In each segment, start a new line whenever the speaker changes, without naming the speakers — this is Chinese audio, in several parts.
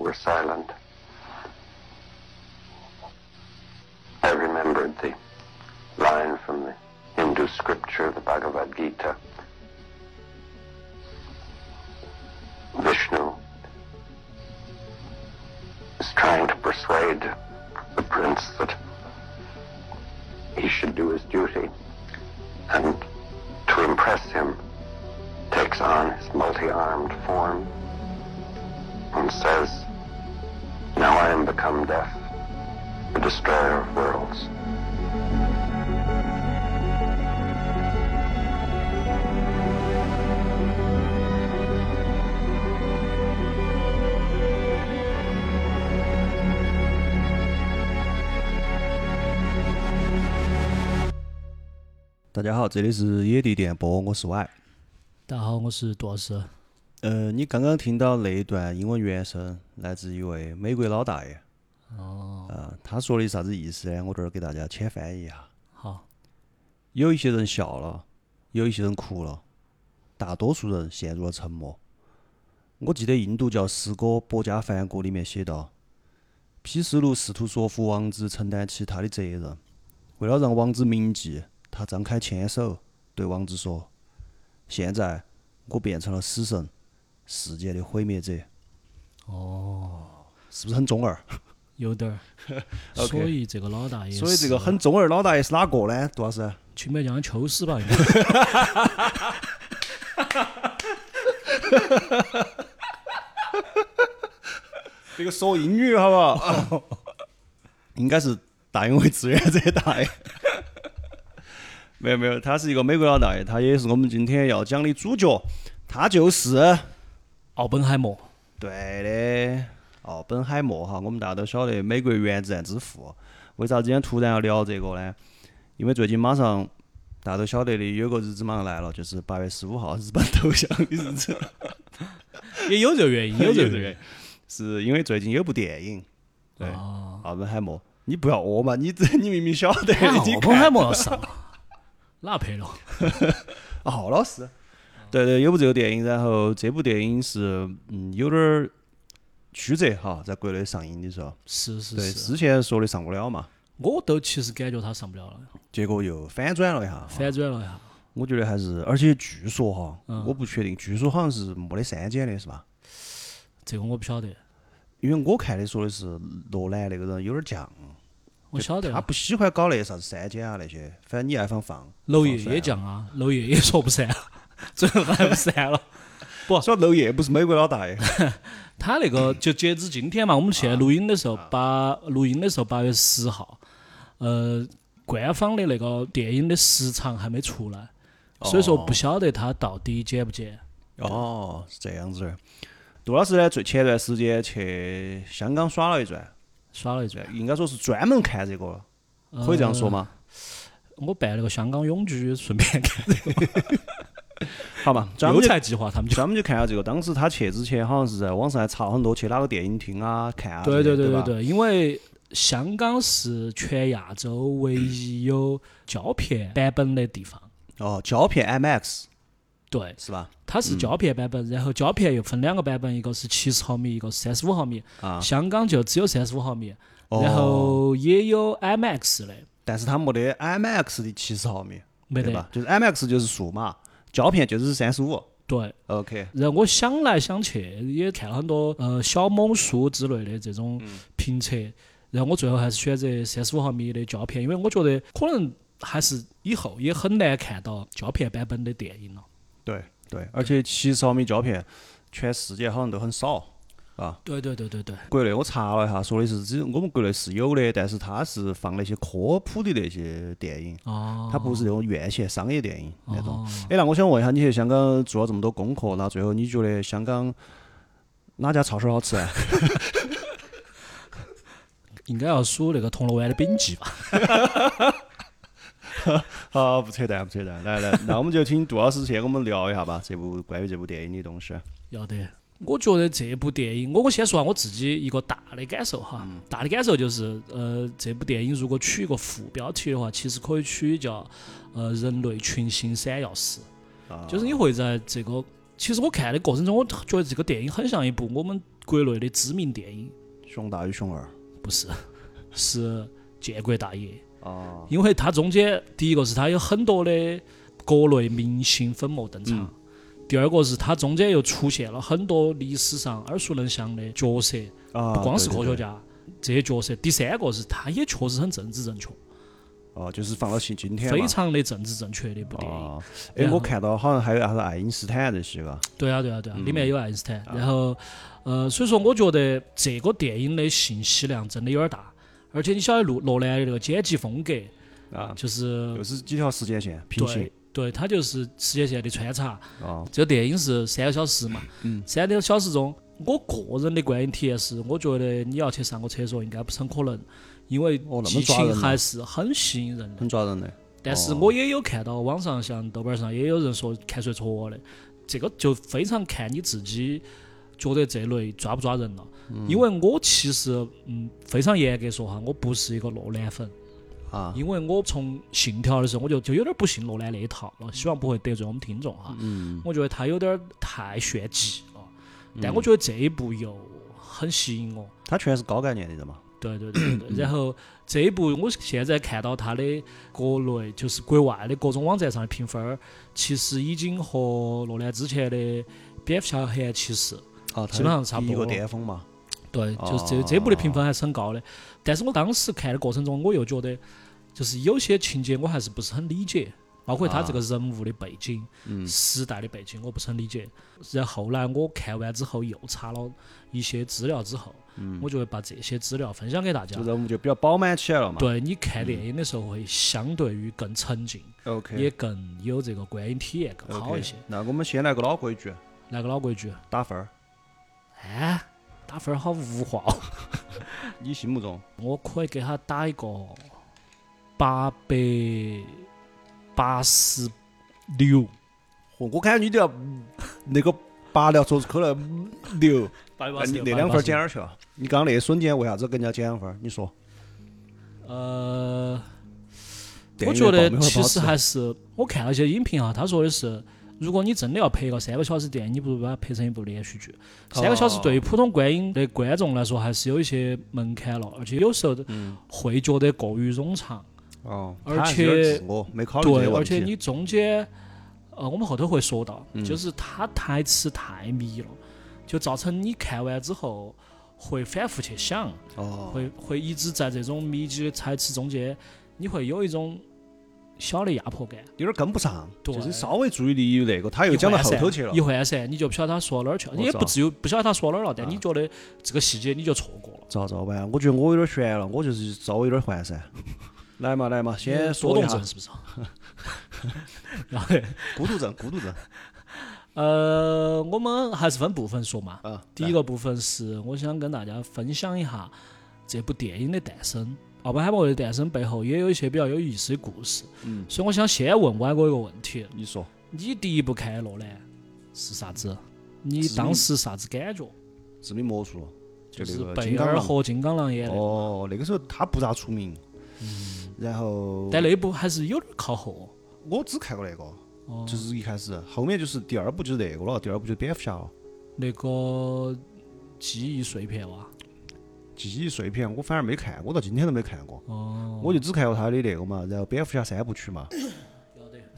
were silent. I remembered the line from the Hindu scripture, the Bhagavad Gita. Vishnu is trying to persuade the prince that he should do his duty and to impress him takes on his multi-armed form and says, Now I am become death, the destroyer of worlds.
大家好，这里是野地电波，我是 Y。
大家好，我是杜老师。
呃，你刚刚听到那一段英文原声，来自一位美国老大爷。
哦，
啊，他说的啥子意思呢？我这儿给大家浅翻译一下。
好，
有一些人笑了，有一些人哭了，大多数人陷入了沉默。我记得印度教诗歌《博加梵歌》里面写道：“毗湿奴试图说服王子承担起他的责任，为了让王子铭记，他张开千手，对王子说：‘现在我变成了死神，世界的毁灭者。’哦，是不是很中二？
有点儿。
OK
所以这个老大爷，
所以这个很中二老大爷是哪个呢？杜老师？
曲梅江的秋实吧？应该
这个说英语好不好？ 应该是大英为志愿者大爷。没有没有，他是一个美国老大爷，他也是我们今天要讲的主角，他就是
奥本海默。
对的奥本海默哈。我们大家都晓得美国原子弹之父，为啥子今天突然要聊这个呢？因为最近马上大家都晓得的，有个日子马上来了，就是八月十五号日本投降的日子。
也有这个 原因，有这个原因。
是因为最近有部电影，对，
哦
奥本海默，你不要恶嘛，你这 你明明晓得，
哎
你
奥本
看
海默要上，啊哪拍了？
啊，浩老师，对对，有部这个电影，然后这部电影是嗯有点儿曲折哈，在国内上映的时候，
是是
对，
是，
之前说的上不了嘛，
我都其实感觉他上不了了，
结果又反转了一下哈，
反嗯转了一下。
我觉得还是，而且据说哈，我不确定，据说好像是没得删减的是吧？
这个我不晓得，
因为我看的说的是罗兰那个人有点犟，
哦我晓得
他
了。
不喜欢搞那些啥子删减啊那些，反正你爱放放。
娄烨
放算了
也降啊，娄烨也说不删， 最后还不删了。
说娄烨不是美国老大爷，
他 那个就截止今天嘛，我们现在录音的时候，
啊
八录音的时候八月十号，呃，官方的那个电影的时长还没出来，所以说不晓得他到底剪不剪。
哦，是这样子的。杜老师呢，最前段时间去香港耍了一转，
耍了一转，
应该说是专门看这个了，哎可以这样说吗？
我办了个香港永居，顺便看
好嘛，嗯专
优
门就
才计划，他们就
专门就看了这个。当时他去之前，好像是在网上还查很多去哪个电影厅啊看啊之类的，
对对对
吧
对？对，因为香港是全亚洲唯一有胶片版本的地方，
哦，胶片 IMAX
对，
是吧？
它是胶片版本，然后胶片又分两个版本，一个是七十毫米，一个是三十五毫米。
啊
香港就只有三十五毫米，
哦
然后也有 IMAX 的，
但是他没得 IMAX 的七十毫米，
没
对
得
吧？就是 IMAX 就是数码，胶片就是三十五。
对。
OK，
然后我想来想去，也看了很多呃小某书之类的这种
嗯
评测，然后我最后还是选择三十五毫米的胶片，因为我觉得可能还是以后也很难看到胶片版本的电影了。
嗯对对，而且七十毫米胶片全世界好像都很少啊。
对对对对对，
国内我查了一下，说的是只我们国内是有的，但是它是放那些科普的那些电影，
哦，
它不是那种院线商业电影那种
哦。
哎，那我想问一下，你去香港做了这么多功课，那最后你觉得香港哪家抄手好吃 啊？
应该要数那个铜锣湾的饼记吧？
好，啊不扯淡，不扯淡。来来，那我们就请杜老师去跟我们聊一下吧，这部关于这部电影的东西。
要得。我觉得这部电影，我我先说下我自己一个大的感受哈，大的感受就是，呃，这部电影如果取一个副标题的话，其实可以取叫，呃，人类群星闪耀时，
啊
就是你会在这个，其实我看的过程中，我觉得这个电影很像一部我们国内的知名电影，
熊大与熊二
不是，是建国大业。
啊，
因为它中间第一个是它有很多的国内明星粉墨登场，
嗯
第二个是它中间又出现了很多历史上耳熟能详的角色，
啊，
不光是
对
科
对
学
对
家这些角色。第三个是它也确实很政治正确，
啊，就是放到今今天嘛
非常的政治正确的一部电影。
啊，哎，
然后
我看到好像还有啥子爱因斯坦这些个，
对啊，对啊，
嗯
对啊，里面有爱因斯坦。然后，呃，所以说我觉得这个电影的信息量真的有点大，而且你晓得洛洛兰的那个剪辑风格
啊
就是
又是几条时间线平行
对对，它就是时间线的穿插。
啊，
这个电影是三个小时嘛，
嗯
三个小时中，我个人的观影体验是，我觉得你要去上个厕所应该不是很可能，因为
哦那么
剧
抓人
情
呢
还是很吸引人的。
很抓人的。
但是我也有看到网上像豆瓣上也有人说看谁戳的，这个就非常看你自己觉得这类抓不抓人了。因为我其实嗯非常严格说哈，我不是一个洛兰粉，
啊，
因为我从信条的时候我就就有点不信洛兰那一套了，希望不会得罪我们听众哈。
嗯，
我觉得他有点太炫技了，但我觉得这一部又很吸引我。
他全是高概念的人嘛，
对对对对对，然后这一部我现在看到它的国内就是国外的各种网站上的评分儿，其实已经和洛兰之前的《蝙蝠侠：黑暗骑士》
啊，他
基本上差不
一
多
个
了
巅峰嘛，
对，就是这
哦
这部的评分还是很高的。但是我当时看的过程中，我又觉得就是有些情节我还是不是很理解，包括他这个人物的背景、
啊嗯
时代的背景，我不是很理解。然后后来我看完之后又查了一些资料之后，我就会把这些资料分享给大家
这。嗯人物嗯就比较饱满起来了嘛。
啊对你看电影的时候会相对于更沉浸，
，OK，
也更有这个观影体验更好一些。
那我们先来个老规矩，
来个老规矩，
打分儿。
哎，打分儿好物化哦，
你心目中
我可以给他打一个八百八十六，
嚯我感觉你都要嗯那个拔掉手指抠了 六，
八百
那呃你那两分儿减哪儿去了？你刚刚那一瞬间为啥子跟人家减两分儿？你说，
呃，
电
我
影
觉
院爆
得
米花
其
不好
实
吃
还是我看了一些影评哈，他说的是，如果你真的要拍一个三个小时电影，你不如把它拍成一部连续剧。
哦
三个小时对于普通观影的观众来说，还是有一些门槛了，而且有时候
嗯
会觉得过于冗长。
哦，
而
他还是有点
且
自我没考虑这
对
些，问
而
题
且你中间，呃，我们后头会说到，
嗯
就是他台词太密了，就造成你看完之后会反复去想。
哦，
会会一直在这种密集的台词中间，你会有一种小的压迫感。
有点跟不上，
对
就是稍微注意力有那个，他又
一
哎讲到
涣
后
散
头去了
一。涣散，你就不晓得他说哪儿去了，
我
你也
知道
不至于不晓得他说哪儿了，但你觉得这个细节你就错过了。
咋咋办？我觉得我有点悬了，我就是稍微有点 涣散。来嘛来嘛，先
多
说一
动
下
症是不 是？然后，
孤独症，孤独症
呃，我们还是分部分说嘛。
啊。
第一个部分是我想跟大家分享一下这部电影的诞生，《奥本海默的诞生背后也有一些比较有意思的故事。
嗯，
所以我想先问歪哥一个问题：
你说
你第一部看《洛兰》是啥子？你当时啥子感觉？
致命魔术，
就
就是那个
贝
金刚
尔
狼
和金刚狼演的，嗯
哦，那个时候他不咋出名，然后
但那部还是有点靠后。
我只看过那
哦
个，就是一开始，后面就是第二部就是那个了，第二部就是蝙蝠侠了。
那个记忆碎片哇，
记忆碎片我反而没看，我到今天都没看过，
哦，
我就只看过他的那个嘛，然后蝙蝠侠三部曲 嘛。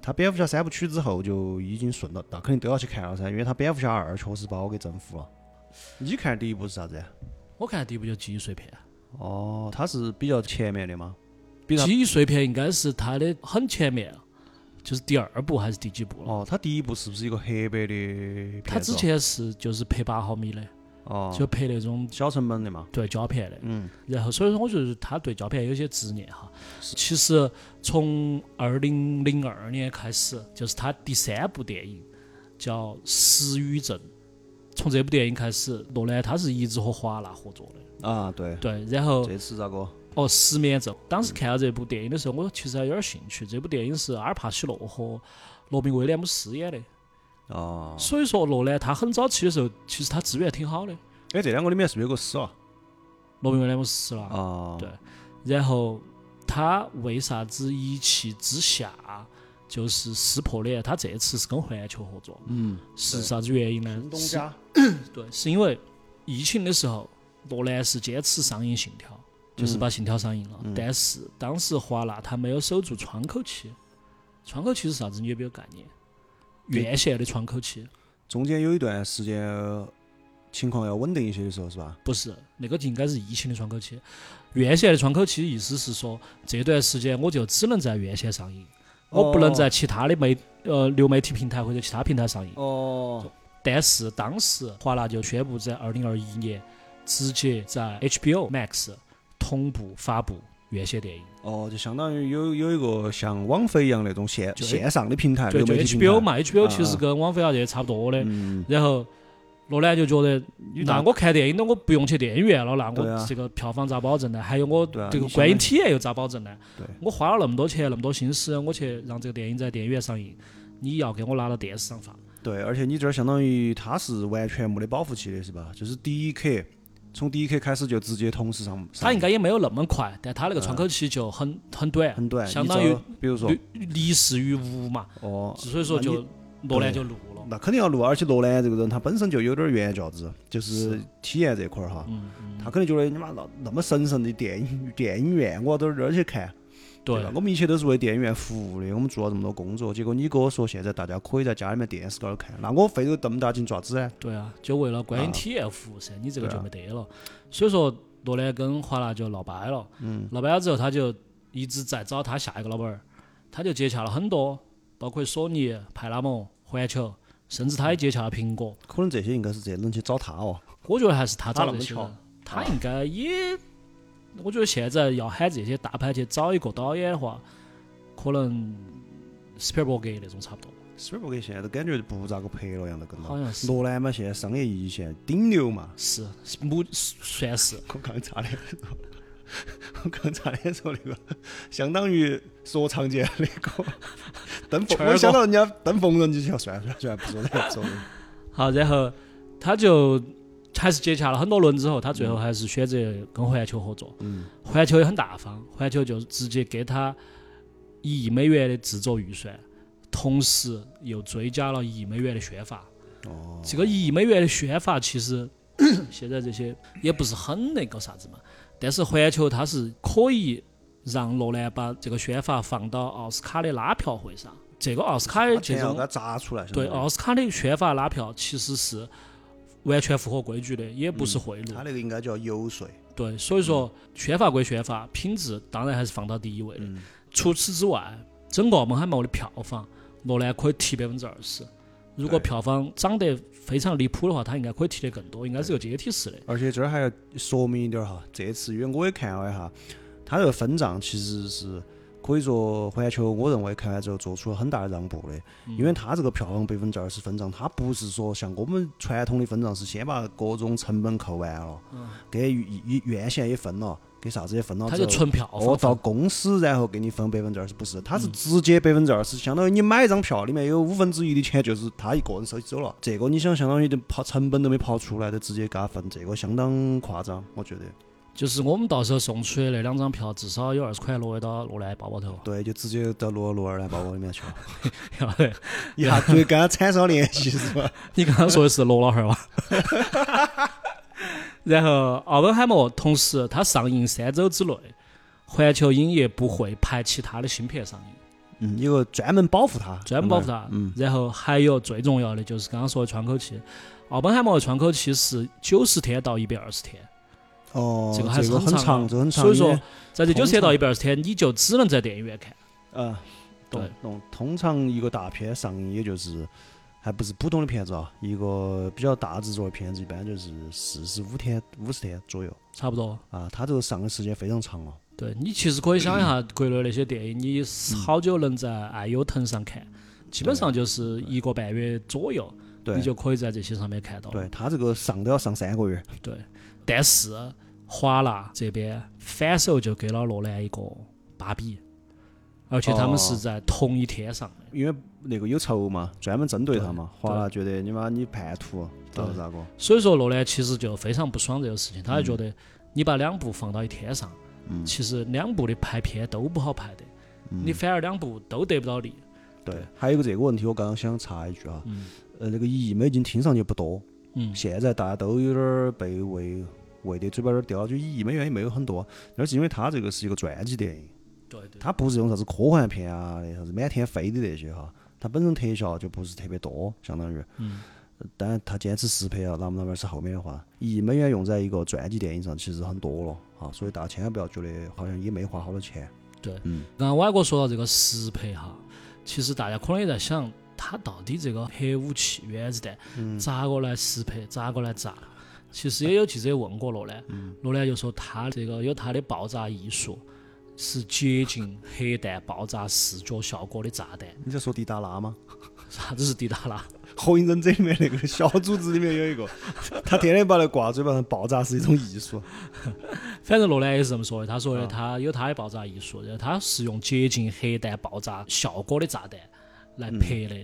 他蝙蝠侠三部曲之后就已经顺了，那肯定都要去看了噻，因为他蝙蝠侠二确实把我给征服了。你看第一部是啥子？
我看第一部就记忆碎片，
哦，他是比较前面的吗？比他
记忆碎片应该是它的很前面，就是第二部还是第几部了？
哦，他第一部是不是一个黑白的片子哦？
他之前是就是拍八毫米的，
哦，
就拍那种
小成本的嘛。
对胶片的，
嗯，
然后所以说我觉得他对胶片有些执念哈。
是
其实从二零零二年开始，就是他第三部电影叫《失语症》，从这部电影开始，诺兰他是一直和华纳合作的。
啊，对，
对，然后
这嗯次咋个？
哦，失眠症。当时看到这部电影的时候，我其实还有点兴趣。这部电影是阿尔帕西诺和罗宾威廉姆斯演的，
哦，
所以说诺兰他很早期的时候，其实他资源挺好的。
哎，这两个里面是不是有个死啊了？
罗宾威廉姆斯死了，
啊，
对然后他为啥子一气之下就是撕破脸？他这次是跟环球合作，
嗯，
是啥子原因呢？
孙东
是
家
对，是因为疫情的时候，诺兰是坚持上映《信条》，
嗯
就是把《信条》上映了。但是当时华纳它没有守住窗口期，窗口期是啥子？你有没有概念？院线的窗口期
中间有一段时间呃情况要稳定一些的时候，是吧？
不是那个，应该是疫情的窗口期。院线的窗口期意思是说，这段时间我就只能在院线上映，
哦
我不能在其他的媒呃流媒体平台或者其他平台上映。
哦
但是当时华纳就宣布在二零二一年直接在 HBO Max 同步发布院线电影，
哦，就相当于有有一个像网飞一样那种线
就
线上的平台，
对，
啊流
就
媒体平
HBO
台。
嘛，HBO
啊
其实跟网飞啊这些差不多的。
嗯，
然后罗兰就觉得，
打
那我看电影的我不用去电影院了，那
对啊
我这个票房咋保证呢？还有我
对啊
这个
你想
观影体验又咋保证呢
对？
我花了那么多钱，那么多心思，我去让这个电影在电影院上映，你要给我拿到电视上放。
对，而且你这儿相当于它是完全没得保护期的，是吧？就是第一刻，从第一刻开始就直接同时上，
它
上
应该也没有那么快，但它那个窗口期就很很短，
很短，
相
你
当
只
于
要比如说
立立事于无嘛，
哦，
所以说
那
就
你
罗兰就录了。
那肯定要录，而且罗兰这个人他本身就有点儿原教旨，就是
是
体验这块儿哈，
嗯，嗯
他可能觉得你妈那那么神圣的电影电影院，我到这儿去看，
对
吧？我们一切都是为电影院服务的，我们做了这么多工作，结果你跟我说现在大家可以在家里面电视高头看，那我费这个这么大劲做啥子呢？
对啊，就为了观
啊
影体验服务噻，你这个
对
就
啊
没得了。所以说罗兰跟华纳就闹掰了，嗯，闹掰了之后他就一直在找他下一个老板儿，他就接洽了很多，包括索尼、派拉蒙、环球，甚至他也接洽了苹果。
可能这些应该是这些人去找他哦，
我觉得还是他
他
找
那
这
么
些
巧
人，他应该也，我觉得现在要喊这些大牌去找一个导演的话，可能斯皮尔伯格那种差不多。
斯皮尔伯格现在都感觉不咋个拍了样的，跟
好像是
罗兰嘛，现在商业一线顶流嘛。
是母算是
我刚查的时候，我刚查的时候那个相当于说唱界那个邓
圈
凤，
儿
我想
哥
到人家邓凤人就想算了算了算了，不说这个不说这个。
好，然后他就还是接洽了很多轮之后，他最后还是选择跟环球合作。
嗯，
环球也很大方，环球就直接给他一亿美元的制作预算，同时又追加了一亿美元的宣发。
哦，
这个一亿美元的宣发，其实 现在这些也不是很那个啥子嘛。但是环球它是可以让罗兰把这个宣发放到奥斯卡的拉票会上。这个奥斯卡
把
的这
钱要
种
给他砸出来，
对哦
相当于
奥斯卡的宣发拉票其实是完全符合规矩的，也不是贿赂。
嗯他那个应该叫游说。
对，所以说宣发归宣发，品质当然还是放到第一位的。
嗯
除此之外，整个《孟海梦》的票房，罗兰可以提百分之二十。如果
对
票房涨得非常离谱的话，它应该可以提得更多，应该是个阶梯式的。
而且这儿还要说明一点儿哈，这次因为我也看了一下，它这个分账其实是可以说环球，我认为看完之后做出了很大的让步的，
嗯
因为它这个票房百分之二十分账，它不是说像我们传统的分账是先把各种成本扣完了，给一院线也分了，给啥子也分了
嗯它
之
就
后
纯票房
哦，嗯到公司然后给你分百分之二十，不是，它是直接百分之二十，相当于你买一张票里面有五分之一的钱就是他一个人收起走了。这个你想，相当于就刨成本都没刨出来，就直接给他分，这个相当夸张，我觉得。
就是我们到时候送出的那两张票，至少有二十块落到罗兰包 包头。
对，就直接到罗罗尔兰包包里面 去了，
要得
一下子就跟他产生了联系，是吧？
你刚刚说的是罗老汉儿吧？ 然后奥本海默同时它上映三周之内，环球影业不会排其他的新片上映，
嗯，有个专门保护他，
专门保护它。
嗯，
然后还有最重要的就是刚刚说的窗口期，奥本海默的窗口期是九十天到一百二十天，
哦，
这
这
个还是
个很
长
长，
的，
这个很长。
所以说
因，
在这
通
九十天到
常
一百二十天，你就只能在电影院看。
为，啊，懂
对
懂。通常一个大片上映，也就是还不是普通的片子啊，一个比较大制作的片子，一般就是四十五天、五十天左右
差不多。
啊。它这个上的时间非常长了。
对你其实可以想一下，国内那些电影，你好久能在爱优腾上看？基本上就是一个半月左右，
对
你，就可以在这些上面看到。
对，它这个上都要上三个月。
对，但是华纳这边反手就给了罗兰一个芭比，而且他们
哦
是在同一天上的，
因为那个有仇嘛，专门针对他嘛。
对
华纳觉得你妈你叛徒，咋
对
个咋个？
所以说罗兰其实就非常不爽这个事情，他就觉得你把两部放到一天上，
嗯
其实两部的排片都不好排的，你反而两部都得不到利。
对，还有一个这个问题，我刚刚想插一句啊，
嗯
呃，那个一亿美金听上去不多，
嗯
现在大家都有点儿被喂喂的嘴巴有点儿刁了，就以美元也没有很多，那是因为它这个是一个传记电影，
对对，
它不是用啥子科幻片啊的，啥子满天飞的那些哈，它本身特效就不是特别多，相当于，
嗯，
当然它坚持实拍啊，那么那边是后面的话，一亿美元用在一个传记电影上其实很多了啊，所以大家千万不要觉得好像也没花好多钱，
刚刚歪哥说到这个实拍哈，其实大家可能也在想，它到底这个核武器原子弹咋个来实拍，咋个来炸？其实也有记者问过罗兰，罗兰就说他这个有他的爆炸艺术，是接近核弹爆炸视觉效果的炸弹。
你在说迪达拉吗？
啥子是迪达拉？
《火影忍者》里面那个小组织里面有一个，他天天把那挂嘴巴上，爆炸是一种艺术。
反正罗兰也是这么说的，他说的他有他的爆炸艺术，然后他是用接近核弹爆炸效果的炸弹来拍的。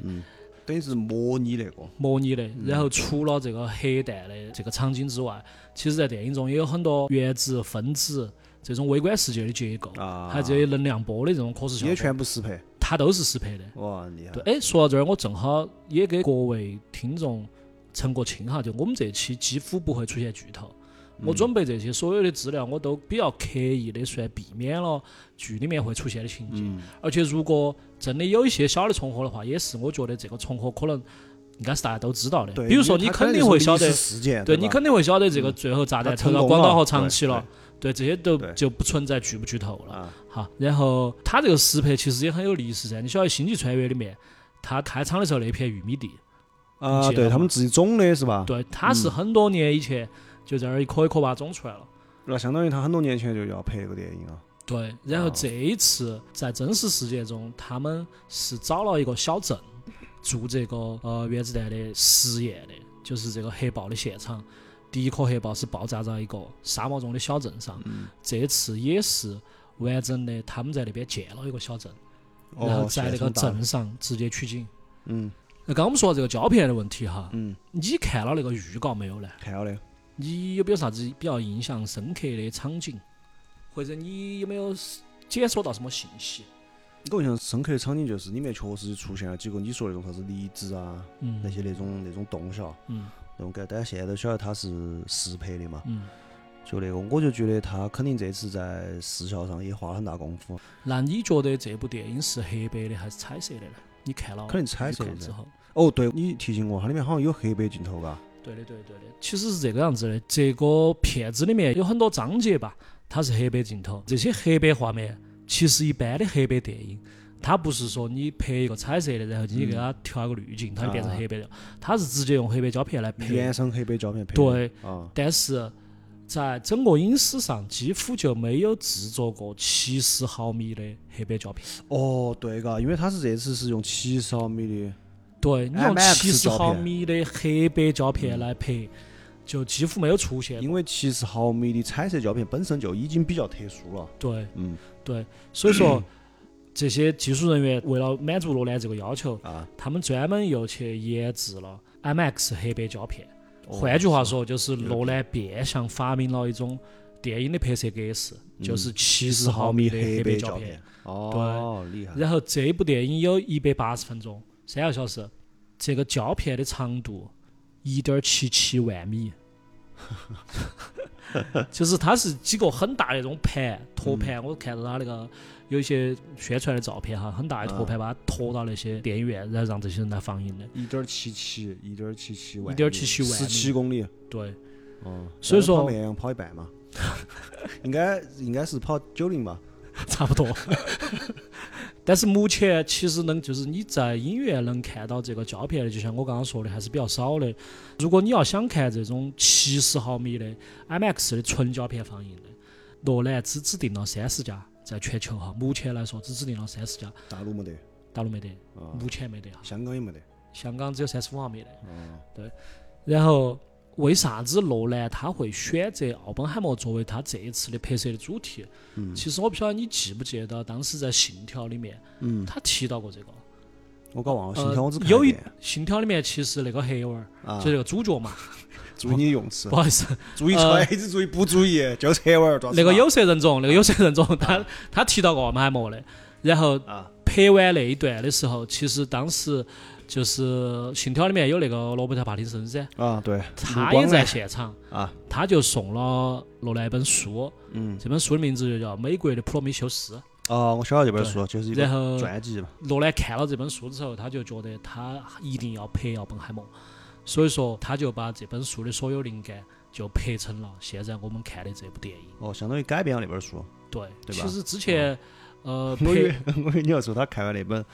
等于是模拟那个，
模拟的。
嗯
然后除了这个核弹的这个场景之外，其实在电影中也有很多原子、分子这种微观世界的结构，
啊
还有这些能量波的这种可视效
也
果，
全部实拍，
它都是适配的。
哇，厉害！
对，哎，说到这儿，我正好也给各位听众澄个清哈，就我们这期几乎不会出现剧透。
嗯
我准备这些所有的资料，我都比较刻意的算避免了剧里面会出现的情节，
嗯
而且如果真的有一些小的重合的话，也是我觉得这个重合可能应该是大家都知道的。
对，
比如说你
它
肯
可能
定会
是
晓得
历史，事件，
对
哎吧嗯
你肯定会晓得这个最后炸弹
它
投
成
到
功
广岛
了
和长
对
崎了，对这些都
对
就不存在剧不剧透了
啊，
哈。然后它这个实拍其实也很有历史噻，你晓得《星际穿越》里面，它开场的时候那片玉米地，你
啊，
记得
对
吗
他们自己种的是吧？，
对，它
嗯
是很多年以前就在那儿一颗一颗把它种出来了。
那相当于他很多年前就要拍这个电影了。
对，然后
哦
这一次在真实世界中，他们是找了一个小镇做这个呃原子弹的实验的，就是这个核爆的现场。第一颗核爆是爆炸在一个沙漠中的小镇上，
嗯
这次也是完整的，他们在那边建了一个小镇，
哦
然后在那
现
个
场打
镇上直接取景。
嗯
那刚刚我们说到这个胶片的问题哈，
嗯，
你看了那个预告没有呢？
看了的。
你有没有啥子比较印象深刻的场景，或者你有没有解锁到什么信息？
我印象深刻的场景就是里面确实出现了几个你说那种啥子离子啊，
嗯
那些那种那种动效
嗯
那种感觉，但现在都晓得它是实拍的嘛，
嗯，
就那个，我就觉得他肯定这次在视效上也花了很大功夫，
那你觉得这部电影是黑白的还是彩色的呢？你看了
肯定彩色
预
的
告之后，
哦，对你提醒我，它里面好像有黑白镜头嘎。
对的对的对的，其实是这个样子的。这个片子里面有很多章节吧，它是黑白镜头，这些黑白画面其实一般的黑白电影。它不是说你拍一个彩色的，然后你给
嗯
它调一个滤镜，它就变成黑白的。它是直接用黑白胶片来拍
啊
的。
原生黑白胶片配的
对，
啊，
但是在整个影史上几乎就没有制作过七十毫米的黑白胶片。
哦对嘎，因为它是这次是用七十毫米的，
对你用
IMAX
七十
胶片
毫米的黑白胶片来拍，就几乎没有出现
因
过。
为七十毫米的彩色胶片本身就已经比较特殊了，
对
嗯
对，所以 说这些技术人员为了满足罗兰这个要求，
啊，
他们专门又去研制了 IMAX 黑白胶片。
哦
换句话说，就是罗兰变相发明了一种电影的拍摄格式，就是嗯七十毫米的黑白
白
胶片
片。，哦，厉害，
然后这一部电影有一百八十分钟，三个小时，这个胶片的长度一点七七万米， 就是它是几个很大的那种盘托盘，我看到它那个有一些宣传的照片哈，很大的托盘把它拖到那些电影院，然后让这些人来放映的。
一点七七，一点七七万米，
1.77万
十
米
七公里，
对，
哦，
所以说
跑绵阳跑一半嘛， 应该应该是跑九零吧，
差不多。 但是目前其实能就是你在影院能看到这个胶片的，就像我刚刚说的，还是比较少的。如果你要想看这种七十毫米的 IMAX 的纯胶片放映的，诺兰只指定了三十家，在全球哈，目前来说只指定了三十家，
大陆没得，
大陆没得，
啊，
目前没得哈，
香港也没得，
香港只有三十五毫米的。
哦，
然后为啥子诺兰他会选择奥本海默作为他这一次的拍摄的主题？
嗯
其实我不晓得你记不记得到当时在《信条》里面，
嗯，
他提到过这个。
我搞忘了，
呃
信条我只看了
有一
遍
《信条》里面其实那个黑娃儿
啊哦
就，那个主角嘛，
注意你的用词
不，好 意思，
注意
呃
锤子，注意不注意就扯玩儿，抓
那个
子
有色人种，那个有色人种，他他提到过奥本海默的，然后
啊
拍拍完那一段的时候，其实当时就是《信条》里面有那个罗伯特·帕丁森噻，
啊，对，
他
卢
也
光
在
冉
现场，
啊，
他就送了罗兰一本书，
嗯，
这本书的名字就叫《美国的普罗米修斯》。
哦，我晓得这本书，就是一
然
本
后
传记嘛，
罗兰看了这本书之后，他就觉得他一定要拍《奥本海默》，所以说他就把这本书的所有灵感就拍成了现在我们看的这部电影。
哦，相当于改编了那 本书。
对，
对吧啊
其实之前、呃，
我
拍
以为我以为你要说他看完那本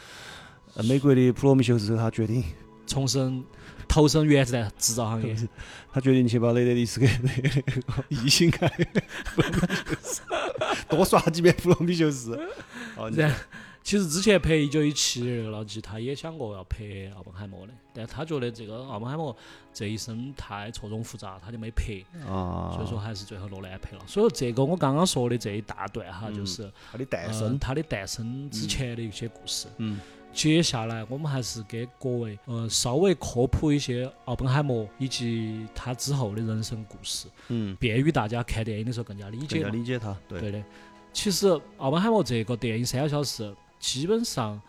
呃美国的《普罗米修斯》之后，他决定
重生投身原子弹制造行业，
他决定去把雷德利斯给 那个异形看， 多刷几遍《普罗米修斯》。哦，你
然其实之前拍《一九一七》的那个老纪，他也想过要拍《奥本海默》的，但他觉得这个《奥本海默》这一生太错综复杂，他就没拍。
啊，
所以说还是最后罗兰拍了。所以说这个我刚刚说的这一大段哈，
嗯
就是
他的诞
呃
生，
它的诞生之前的一些故事。
嗯，
接下来我们还是给各位呃稍微科普一些奥本海默以及他之后的人生故事，
嗯，
便于大家看电影的时候更加理
更
解
加
嘛。
理解他，啊对，
对的，其实奥本海默这个电影三个小时，基本上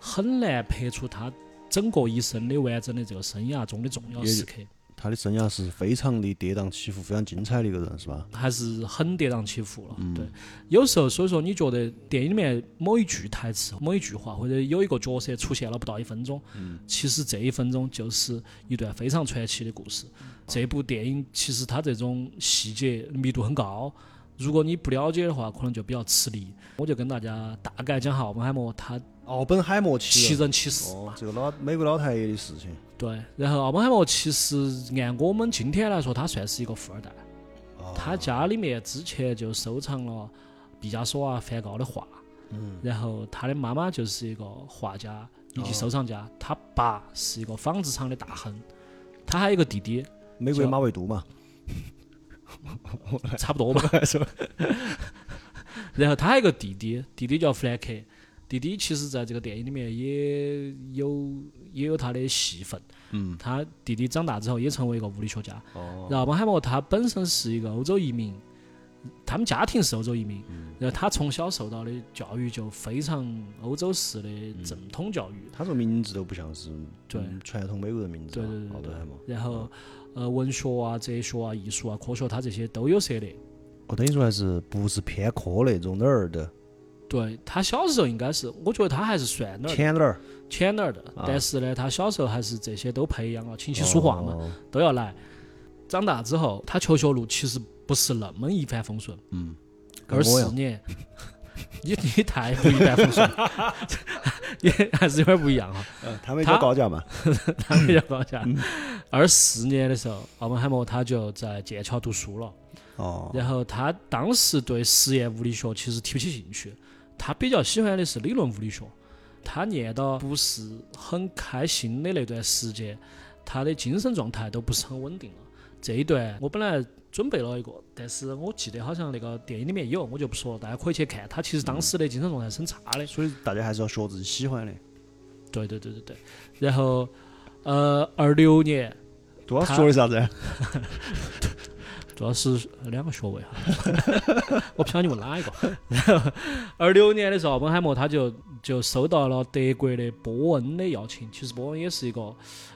很难拍出他整个一生的完整的这个生涯中的重要
也
时刻，
他的生涯是非常的跌宕起伏，非常精彩的一个人，是吧？
还是很跌宕起伏了。
嗯
对，有时候所以说你觉得电影里面某一句台词、某一句话，或者有一个角色出现了不到一分钟，
嗯
其实这一分钟就是一段非常传奇的故事。
嗯
这部电影其实它这种细节密度很高，如果你不了解的话，可能就比较吃力。我就跟大家大概讲下奥本海默他
奥本哦海默奇
其
人，啊
人其事
哦
嘛，。
这个老美国老太爷的事情，
对，然后奥本海默其实按我们今天来说，他算是一个富二代。
哦
他家里面之前就收藏了毕加索啊、梵高的画，
嗯，
然后他的妈妈就是一个画家以及
哦
收藏家，他爸是一个纺织厂的大亨，他还有一个弟弟，
美国的马未都嘛，
差不多 吧。 然后他还有一个弟弟，弟弟叫弗兰克，弟弟其实在这个电影里面也有也有他的戏份。
嗯，
他弟弟长大之后也成为一个物理学家。
哦，
然后马海默他本身是一个欧洲移民，他们家庭是欧洲移民，
嗯
然后他从小受到的教育就非常欧洲式的正统教育。
他这个名字都不像是
对
嗯传统美国人名字
对
啊，
对
奥
对对
本海默
对。。然后，
嗯
呃，文学啊、哲学啊、艺术啊、科学，他这些都有涉猎。
我哦等于说还是不是偏科那种哪儿的，
对他小时候应该是，我觉得他还是算哪儿的
偏哪儿，
浅哪儿的，
啊
但是呢，他小时候还是这些都培养了，琴棋书画嘛
哦，
都要来。长大之后，他求学路其实不是那么一帆风顺。
嗯，跟
二
我一
四
样，
年，你 你太不一帆风顺了， 也还是有点不一样哈。
嗯他们
他
叫高价嘛，
他们要搞一
嗯
下。二四年的时候，奥本海默他就在剑桥读书了，
哦，
然后他当时对实验物理学其实提不起兴趣，他比较喜欢的是理论物理学。他念到不是很开心的那段时间，他的精神状态都不是很稳定了。这一段我本来准备了一个，但是我记得好像那个电影里面有，我就不说了，大家可以去看。他其实当时的精神状态是很差的。
所以大家还是要学自己喜欢的，
对对对对对。然后，呃，二六年
对啊，
他
说的啥子？
主要是两个学 位哈，我不晓得你问哪一个。二六年的时候，奥本海默他就就收到了德国的波恩的邀请，其实波恩也是一个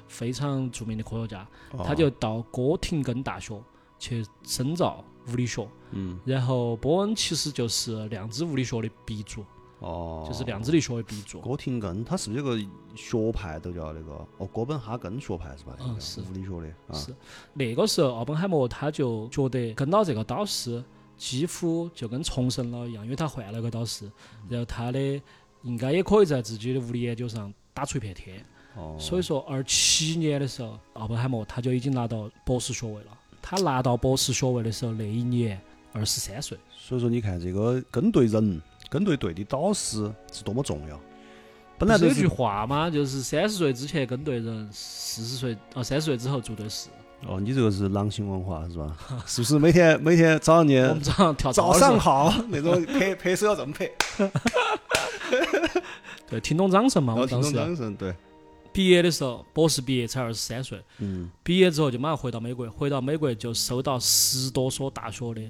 非常著名的科学家，
哦
他就到哥廷根大学去深造物理学。
嗯，
然后波恩其实就是量子物理学的鼻祖，
哦，
就是量子力学的鼻祖。
哥廷根，他是不是有个学派都叫那个哦哥本哈根学派是吧？
嗯
那个
是
物理学的啊，
是那个时候，奥本海默他就觉得跟到这个导师几乎就跟重生了一样，因为他换了个导师，
嗯
然后他的应该也可以在自己的物理研究上打出一片天。
哦，
所以说，二七年的时候，奥本海默他就已经拿到博士学位了。他拿到博士学位的时候，那一年二十三岁。
所以说你看这个跟对人，跟对对的导师是多么重要。本来
不
都
是有句
是
话嘛，就是三十岁之前跟对人，四十岁啊三十岁之后做对事。
哦，你这个是狼性文化是吧？ 是不是每天每天早上 你
我们早上跳操
呃早
的时候
上好那种拍拍手要这么拍，
对，听懂掌声嘛？
然
我
后
们当
听懂
时啊
掌声，对，
毕业的时候，博士毕业才二十三岁。
嗯，
毕业之后就马上回到美国，回到美国就收到十多所大学的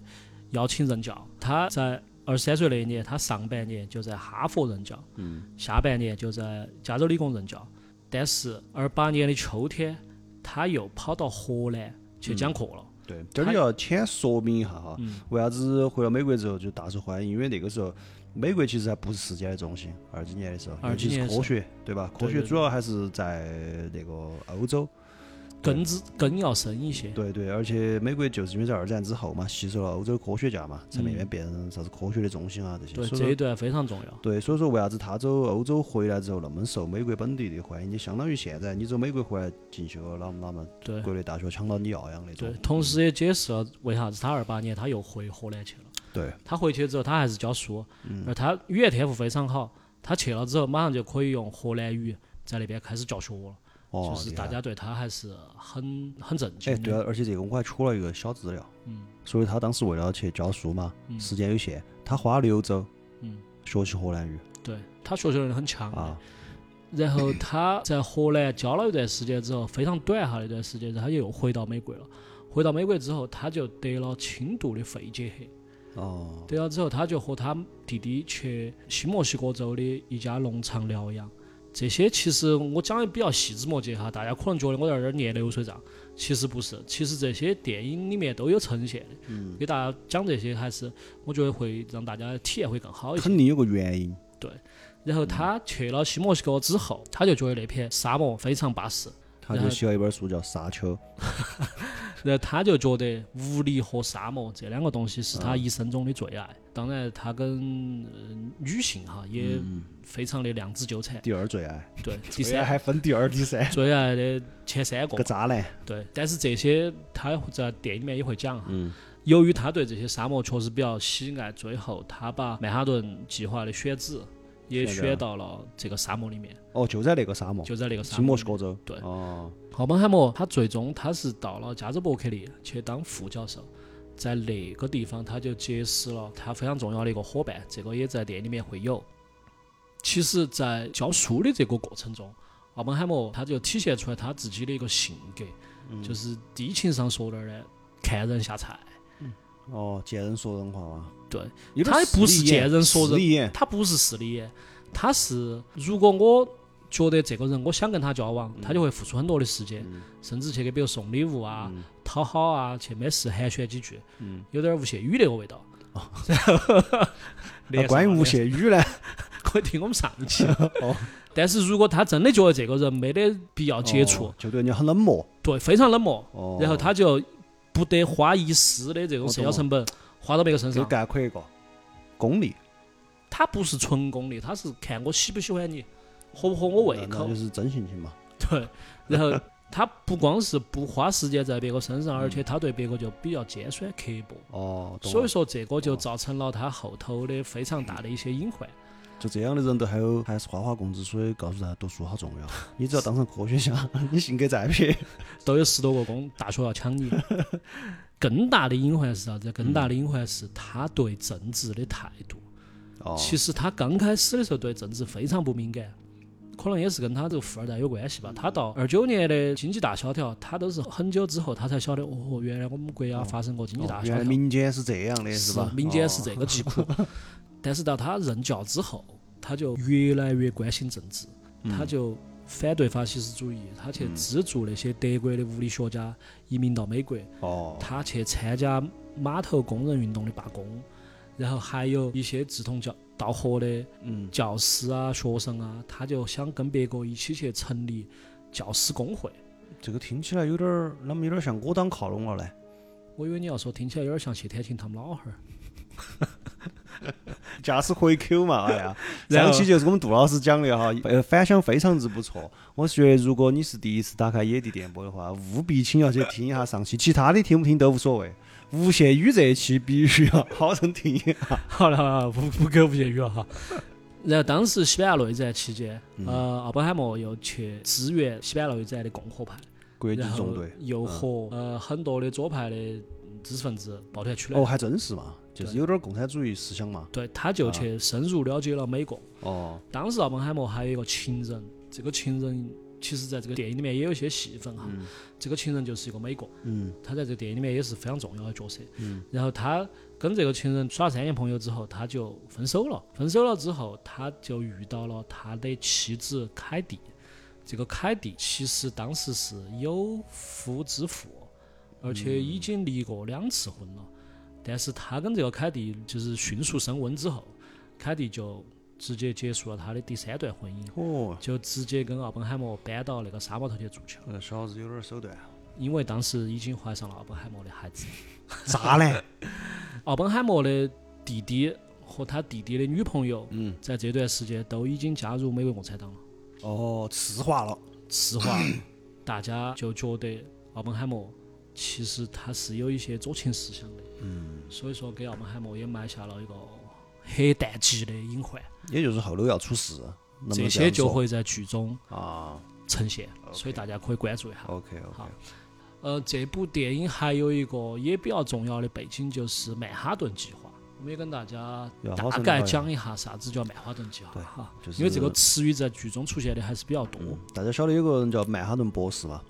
邀请任教。他在二十三岁那一年，他上半年就在哈佛任教，嗯，下半年就在加州理工任教。但是二八年的秋天，他又跑到荷兰去讲课了。
对，这里要先说明一下哈，
嗯
为啥子回到美国之后就大受欢迎？因为那个时候美国其实还不是世界的中心，二几年的时候，尤
二几
其是
年的时
科
候
学，对吧？科
对
学
对
主要还是在那个欧洲，
根子根要深一些，
对对，而且美国就是因为在二战之后嘛，吸收了欧洲科学家嘛，在那边变成啥子科学的中心啊这些，
对
所以
这一
说
段非常重要。
对，所以说为啥子他走欧洲回来之后那么受美国本地的欢迎？你相当于现在你走美国回来进修，哪哪们
对
国内大学抢到你要样那种
对，，同时也解释了为啥子他二八年他又回荷兰去了。
对
他回去之后，他还是教书，
嗯
而他语言天赋非常好。他去了之后，马上就可以用荷兰语在那边开始教学了，
哦，
就是
厉
大
害
家对他还是很很震惊
哎，
的。
对啊，而且这个我还取了一个小资料。
嗯
所以他当时为了去教书嘛，
嗯
时间有限，他花了六周
嗯，
学习荷兰语
对他学习能力很强的。
啊。
然后他在荷兰教了一段时间之后，非常短哈一段时间，然后他又回到美国了。回到美国之后，他就得了轻度的肺结核。
哦，
得了之后，他就和他弟弟去新墨西哥州的一家农场疗养。这些其实我讲的比较细枝末节哈，大家可能觉得我在这儿念流水账，其实不是，其实这些电影里面都有呈现的。嗯，给大家讲这些还是我觉得会让大家体验会更好一些。
肯定有个原因。
然后他去了新墨西哥之后，他就觉得那片沙漠非常巴适，
他
然
就
后
写了一本书叫《沙丘》，
然后他就觉得无力和沙漠这两个东西
啊
是他一生中的最爱。当然，他跟、呃女性哈也非常的量子纠缠。
第二最爱，
对， 第
嗯最爱
三，
还分第二、第三
最爱的前三
个
个。
渣男。
对，但是这些他在电影里面也会讲哈。
嗯
由于他对这些沙漠确实比较喜爱，最后他把曼哈顿计划的选址也
选
选到了这个沙漠里面，
哦，就在那个沙漠，
就在那个沙
新
漠
墨
里
西哥州。
对
哦，
奥本海默他最终他是到了加州伯克利去当副教授，在那个地方他就结识了他非常重要的一个伙伴，这个也在电影里面会有。其实，在教书的这个过程中，奥本海默他就体现出来他自己的一个性格，就是低情商说点儿的，看人下菜。
哦，见人说人话嘛。
对，
有点
他也不
势
是
利
见
眼
人说人
势利眼
他不是势利眼，他是如果我觉得这个人我想跟他交往，他
嗯
就会付出很多的时间，甚至去给比如送礼物啊、讨好啊，去没事寒暄几句，
嗯
有点吴谢宇那个味道。
哦 那关于吴谢宇呢？
可以听我们上一期。
哦，
但是如果他真的觉得这个人没得必要接触，
哦就对人家很冷漠。
对，非常冷漠，
哦，
然后他就不得花一丝的这种社交成本花到别个身
就
上。
概括一个功利，
他不是纯功利，他是看我喜不喜欢你，合不合我胃
那
口
那就。是真性情嘛。
对，然后他不光是不花时间在别个身上，而且他对别个就比较尖酸刻薄。
哦，嗯懂了
所以说，这个就造成了他后头的非常大的一些隐患。
就这样的人都还有还是花花公子，所以告诉他读书好重要。你只要当上科学家， 你性格再撇，
都有十多个工，大学要抢你。 更大的隐患是啥子？更大的
嗯
隐患是他对政治的态度。
哦
其实他刚开始的时候对政治非常不敏感，可能也是跟他这个富二代有关系吧。他到
嗯
二九年的经济大萧条，他都是很久之后他才晓得，哦，原来我们国家发生过经济大
哦
萧
原来
条。
民间是这样的，是吧？
民间是
哦
这个 疾苦。但是到他任教之后，他就越来越关心政治，
嗯
他就反对法西斯主义，他去资助那些德国的物理学家移民到美国，
哦，
他去参加码头工人运动的罢工，然后还有一些志同教道合的
嗯，
教师啊、学生啊，他就想跟别个一起去成立教师工会。
这个听起来有点儿，那么有点像我党靠拢了嘞。
我以为你要说听起来有点像谢天琴他们老汉儿。
驾驶回口嘛，哎呀，
然
上
后
期就是我们杜老师讲的哈，呃，反响非常之不错。我觉得如果你是第一次打开野地电波的话，务必请要去听一下上期，其他的听不听都无所谓。无限宇这一期必须要 好生听一下。
好了好了，不 不给不言语了哈。然后当时西班牙内战期间，
嗯
呃，奥本海默又去支援西班牙内战的共和派，
国际
然
纵
后
队嗯
又和、呃很多的左派的知识分子抱团取暖。
哦，还真是嘛，就是有点儿共产主义思想嘛。
对，他
啊
就去深入了解了美国。
哦，
当时奥本海默还有一个情人，这个情人其实在这个电影里面也有一些戏份哈。这个情人就是一个美国，
嗯
他在这个电影里面也是非常重要的角色。然后他跟这个情人耍了三年朋友之后，他就分手了。分手了之后，他就遇到了他的妻子凯蒂。这个凯蒂其实当时是有夫之妇，而且已经离过两次婚了。但是他跟这个凯蒂就是迅速升温之后，凯蒂就直接结束了他的第三段婚姻，
哦，
就直接跟奥本海默搬到那个沙漠头去住去了。
那小子有点手段，啊
因为当时已经怀上了奥本海默的孩子。
渣男。
奥本海默的弟弟和他弟弟的女朋友，
嗯，
在这段时间都已经加入美国共产党了。
哦，赤化了。
实 话，大家就觉得奥本海默其实他是有一些左倾思想的，嗯，所以说给奥本海默也埋下了一个核弹级的隐患，
也就是后头要出事，能不能
这
样
些就
说
会在剧中
啊。
呈现，所以大家可以关注一下。
OK
好
OK，
呃，这部电影还有一个也比较重要的背景就是曼哈顿计划。我们也跟大家
对啊好
大
生
概
聊一下
讲一下啥子叫曼哈顿计划
对
哈，
就是
因为这个词语在剧中出现的还是比较多。
嗯，大家晓得有个人叫曼哈顿博士嘛？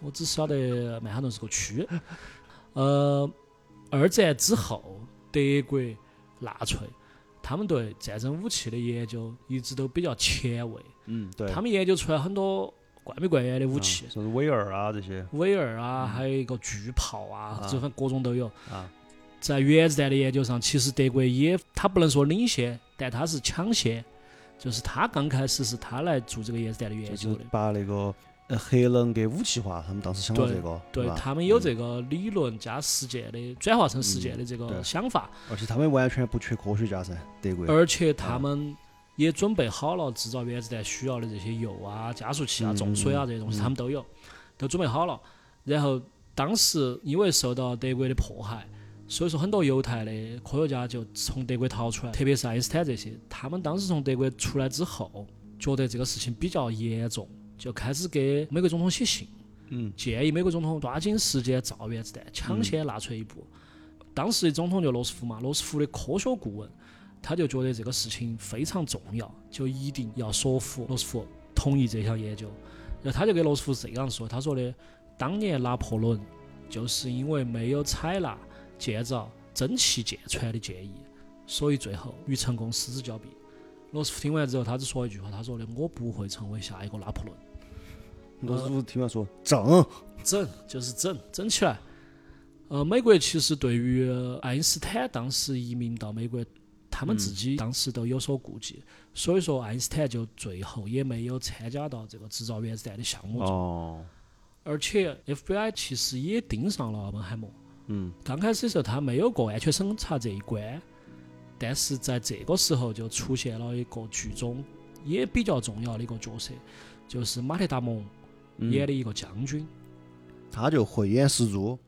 我只晓得曼哈顿是个区。呃，二战之后，德国纳粹他们对战争武器的研究一直都比较前卫，
嗯，对嗯
他们研究出来很多怪模怪样的武器，
什么威尔啊这些
威尔啊，还有一个巨炮啊，
嗯啊
这份各种都有。
啊，
在原子弹的研究上，其实德国也，他不能说领先，但他是抢先，就是他刚开始是他来做这个原子弹的研
就
究
是
的。
把那个呃核能给武器化，他们当时想到这个，
对
吧？
他们有这个理论加实践的转化成实践的这
嗯
个
对
想法，
而且他们完全不缺科学家噻，德国。
而且他们也准备好了制造原子弹需要的这些铀啊、加速器啊、
嗯
重水啊这些东西，
嗯
他们都有，都准备好了。然后当时因为受到德国的迫害，所以说很多犹太的科学家就从德国逃出来，特别是爱因斯坦这些，他们当时从德国出来之后，觉得这个事情比较严重，就开始给美国总统写信。
嗯，
建议美国总统抓紧时间造原子弹，抢先纳粹一步。当时的总统就罗斯福嘛，罗斯福的科学顾问，他就觉得这个事情非常重要，就一定要说服罗斯福同意这项研究。然后他就给罗斯福这样说，他说的：当年拿破仑就是因为没有采纳建造蒸汽舰船的建议，所以最后与成功失之交臂。罗斯福听完之后，他只说一句话，他说的：“我不会成为下一个拿破仑。”
罗斯福听完说整，
整就是整整起来。呃，美国其实对于呃爱因斯坦当时移民到美国，他们
嗯
自己当时都有所顾忌，所以说爱因斯坦就最后也没有参加到这个制造原子弹的项目中。
哦，
而且 FBI 其实也盯上了奥本海默。
嗯，
刚开始的时候他没有过安全审查这一关，但是在这个时候就出现了一个剧中也比较重要的一个角色，就是马特·达蒙
嗯
演的一个将军。
他就慧眼识珠，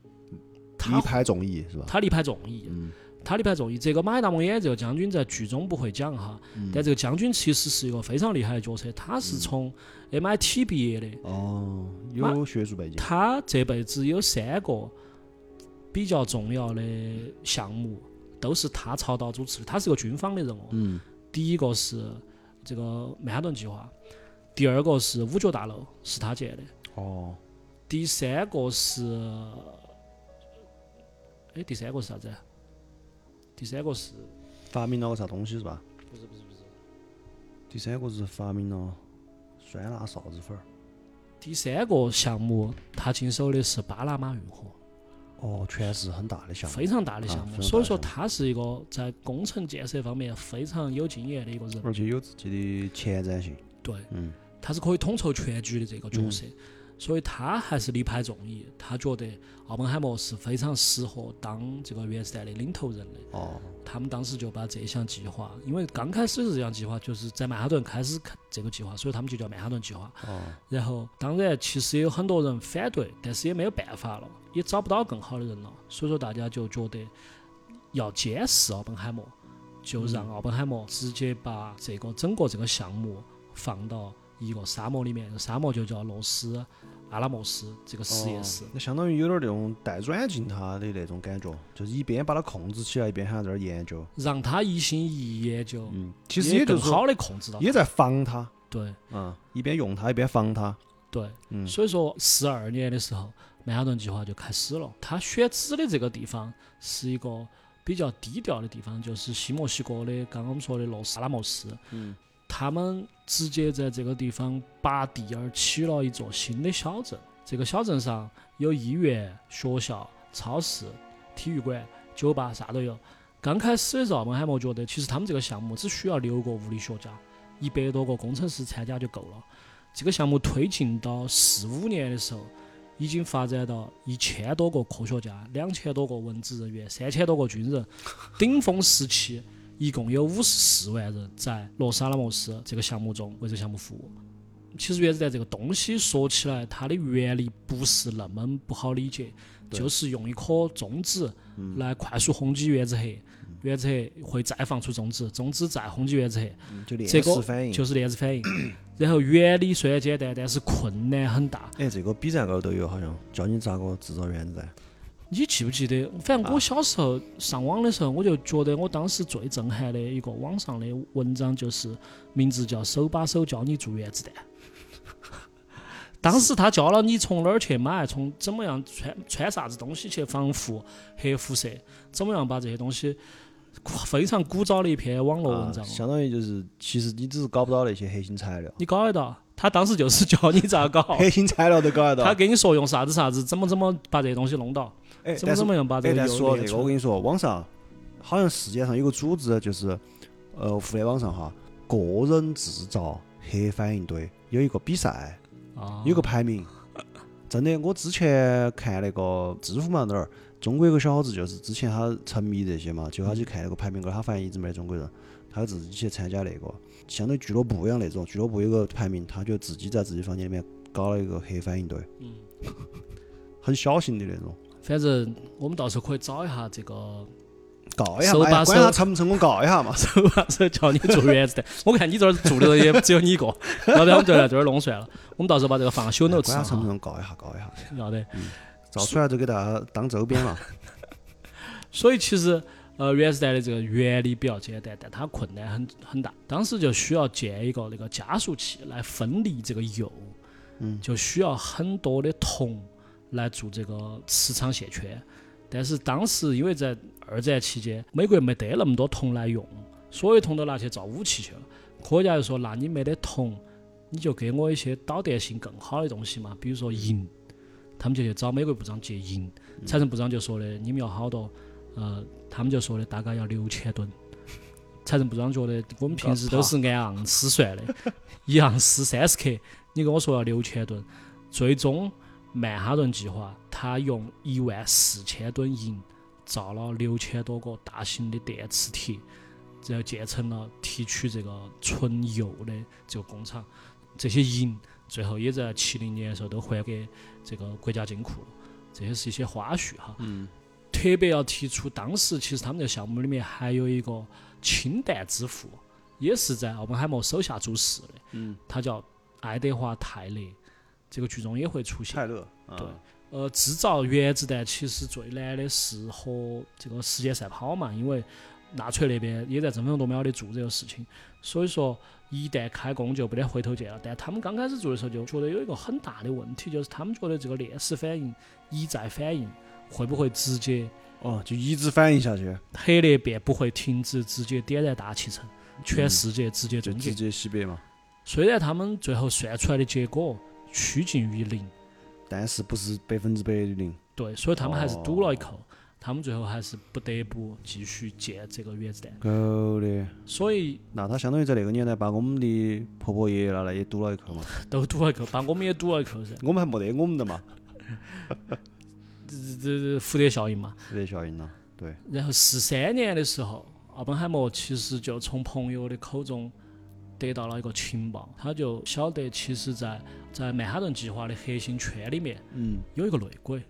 他
一拍中意是吧？
他力排众议，
嗯
他力排众议。这个马黑达蒙演的这个将军在剧中不会讲哈，
嗯
但这个将军其实是一个非常厉害的角色，他是从 MIT 毕业的，
哦，有学术背景，
他这辈子有三个比较重要的项目都是他操刀主持的，他是个军方的人物。
嗯
第一个是这个曼哈顿计划，第二个是五角大楼是他建的，
哦，
第三个是，哎，第三个是啥子？第三个是。
发明了个啥东西是吧？
不是不是不是。
第三个是发明了酸辣臊子粉儿。
第三个项目，他经手的是巴拿马运河，
哦，全是很大的项目，
非常大的项
啊非常
目，
大的
所以说
项目
他是一个在工程建设方面非常有经验的一个人。
而且有自己的前瞻性。
对，
嗯，
他是可以统筹全局的这个角色，所以他还是力排众议。他觉得奥本海默是非常适合当这个原子弹的领头人的。
哦，
他们当时就把这项计划，因为刚开始是这项计划，就是在曼哈顿开始开这个计划，所以他们就叫曼哈顿计划。
哦，
然后，当然，其实也有很多人反对，但是也没有办法了，也找不到更好的人了，所以说大家就觉得要监视奥本海默，就让奥本海默直接把这个整个这个项目放到一个沙漠里面，沙漠就叫洛斯阿拉莫斯这个实验室
哦。那相当于有点儿那种带软禁他的那种感觉，就是一边把他控制起来，一边还在这儿研究。
让他一心一意研究，
嗯，其实也就
更
是说
好的控制到。
也在防他，
对
嗯，一边用他一边防他。
对，
嗯
所以说四二年的时候，曼哈顿计划就开始了。他选址的这个地方是一个比较低调的地方，就是西墨西哥的，刚刚我们说的洛斯阿拉莫斯。
嗯，
他们直接在这个地方拔地而起了一座新的小镇。这个小镇上有医院、学校、超市、体育馆、酒吧，啥都有。刚开始的时候，孟海默觉得其实他们这个项目只需要六个物理学家、一百多个工程师参加就够了。这个项目推进到四五年的时候，已经发展到一千多个科学家、两千多个文职人员、三千多个军人，顶峰时期一共有五十四万人在洛斯阿拉莫斯这个项目中为这个项目服务。其实原子弹这个东西说起来，它的原理不是那么不好理解，
对
就是用一颗中子来快速轰击原子核，原子核会再放出中子，中子再轰击原子核，
嗯就链
这
式
个
反应。
就是链子 反应。然后原理虽然简单，但是困难很大。
哎，这个 B 站高头都有，好像教你咋个制造原子弹。
你记不记得？反
啊
正我小时候上网的时候，我就觉得我当时最震撼的一个网上的文章，就是名字叫“手把手教你做原 子弹”。当时他教了你从哪儿去买，从怎么样穿穿啥子东西去防护核辐射，怎么样把这些东西，非常古早的一篇网络文章
啊，。相当于就是，其实你只是搞不到那些核心材料，，
你搞得到？他当时就是教你咋搞
核心材料都搞得到。
他跟你说用啥子啥子，怎么怎么把这些东西弄到，
哎，
怎么
但是
怎么样把这
哎，
个啊
但
油
说到
炼
这个，
出
我
来
跟你说，网上好像世界上有个组织，就是呃，互联网上哈，个人制造核反应堆有一个比赛，
啊
有个排名。真的，我之前看那个知乎嘛那儿，中国有个小伙子，就是之前他沉迷这些嘛，就他去看那个排名杆儿，他发现一直没得中国人，他自己去参加那个，相当于俱乐部一样那种，俱乐部有个排名，他就自己在自己房间里面搞了一个核反应堆，
嗯。
很小型的那种，
反正我们到时候可以找一下这个
告一下
手
嘛，哎呀
把
管
手
他成不成功，告一下嘛。
手把手教你做原子弹。我看你这儿做的也只有你一个， 要不然我们就在这儿弄算了。我们到时候把这个放到 show
哎管
notes
他
上
成不
哈，
成，告一下，告一下，
要得。
造出来就给大家当周 边嘛。
所以其实呃，原子弹的这个原理比较简单，但它困难很很大。当时就需要建一个那个加速器来分离这个铀，
嗯
就需要很多的铜来做这个磁场线圈。但是当时因为在二战期间，美国没得那么多铜来用，所有铜都拿去造武器去了。科学家就说：“那你没得铜，你就给我一些导弹性更好的东西嘛，比如说银。”他们就去找美国部长借银，财政部长就说的：“你们要好多呃，他们就说的大概要六千吨。财政部长觉得我们平时都是按盎司算的，一盎司三十克，你跟我说要六千吨，最终曼哈顿计划它用一万四千吨银造了六千多个大型的电磁体，然后建成了提取这个纯铀的这个工厂。这些银最后也在七零年的时候都还给这个国家金库了。这些是一些花絮哈。
嗯，
特别要提出，当时其实他们这个项目里面还有一个氢弹之父，也是在奥本海默手下主事的，
嗯，
他叫爱德华·泰勒，这个剧中也会出现。
泰勒，啊
对呃，制造原子弹其实最难的是和这个世界赛跑嘛，因为纳粹那边也在争分夺秒的做这个事情，所以说一旦开工就没得回头箭了。但他们刚开始做的时候就觉得有一个很大的问题，就是他们觉得这个链式反应、一再反应会不会直接
哦，就一直反应下去，
核裂变不会停止，直接点燃大气层，全世界直接
嗯就
终结
直。接熄灭嘛。
虽然他们最后算出来的结果趋近于零，
但是不是百分之百的零。
对，所以他们还是赌了一
哦
口，他们最后还是不得不继续建这个原子弹。
够的，
所以
那他相当于在那个年代把我们的婆婆爷爷拿来也堵了一口嘛。
都赌了一口，把我们也赌了一口噻，
我们还没得我们的嘛，
这这这蝴蝶效应嘛。
蝴蝶效应了。对，
然后四三年的时候，奥本海默其实就从朋友的口中得到了一个情报，他就晓得其实在在曼哈顿计划的核心圈里面。
嗯，
有一个内鬼，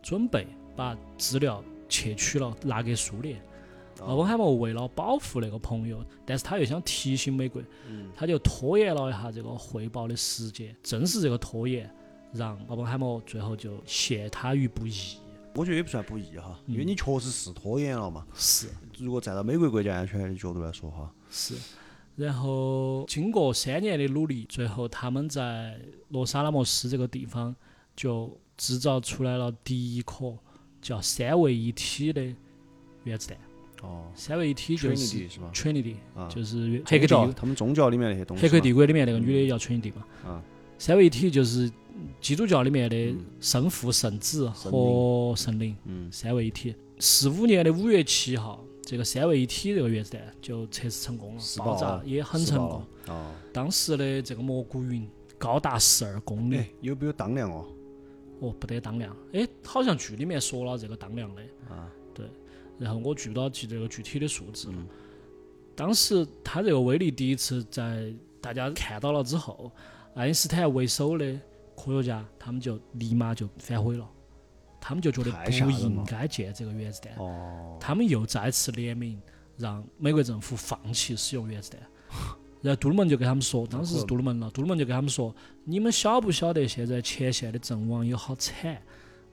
准备把资料窃取了拿给苏联。
啊
奥本海默为了保护那个朋友，但是他又想提醒美国，他就拖延了一下这个汇报的时间。正是这个拖延，让奥本海默最后就陷他于不义。
我觉得也不算不易哈，因为
嗯
你确实是拖延了嘛。
是
如果站到美国国家安全的角度来说哈，
是。然后经过三年的努力，最后他们在洛斯阿拉莫斯这个地方就制造出来了第一颗叫三位一体的原子弹。
哦
三位一体就是
Trinity 是吧？
Trinity，
啊，
就是
宗
黑客帝
教
国，
他们宗教里面那些东西
黑客
嘛
帝国里面那个女的叫 Trinity 嘛。
啊，
三位一体就是基督教里面的圣父、圣子
嗯神灵
和神灵
嗯
三位一体。四五年的五月七号，这个三位一体这个原子弹就测试成功了，
试爆
爆炸
了
也很
是
成
吧
功。
哦，
当时的这个蘑菇云高达十二公里
哎，，有没有当量哦？
哦，不得当量。哎，好像剧里面说了这个当量的，
啊，
然后我记不到记这个具体的数字了。
嗯
当时它这个威力第一次在大家看到了之后，爱因斯坦为首的科学家他们就立马就反悔了，他们就觉得
太吓
不
人了
应该建这个原子弹，
哦，
他们又再次联名让美国政府放弃使用 原子弹。然后杜鲁门就跟他们说，当时是杜鲁门了，杜鲁门就跟他们说：“你们晓不晓得现在前线的阵亡有好惨？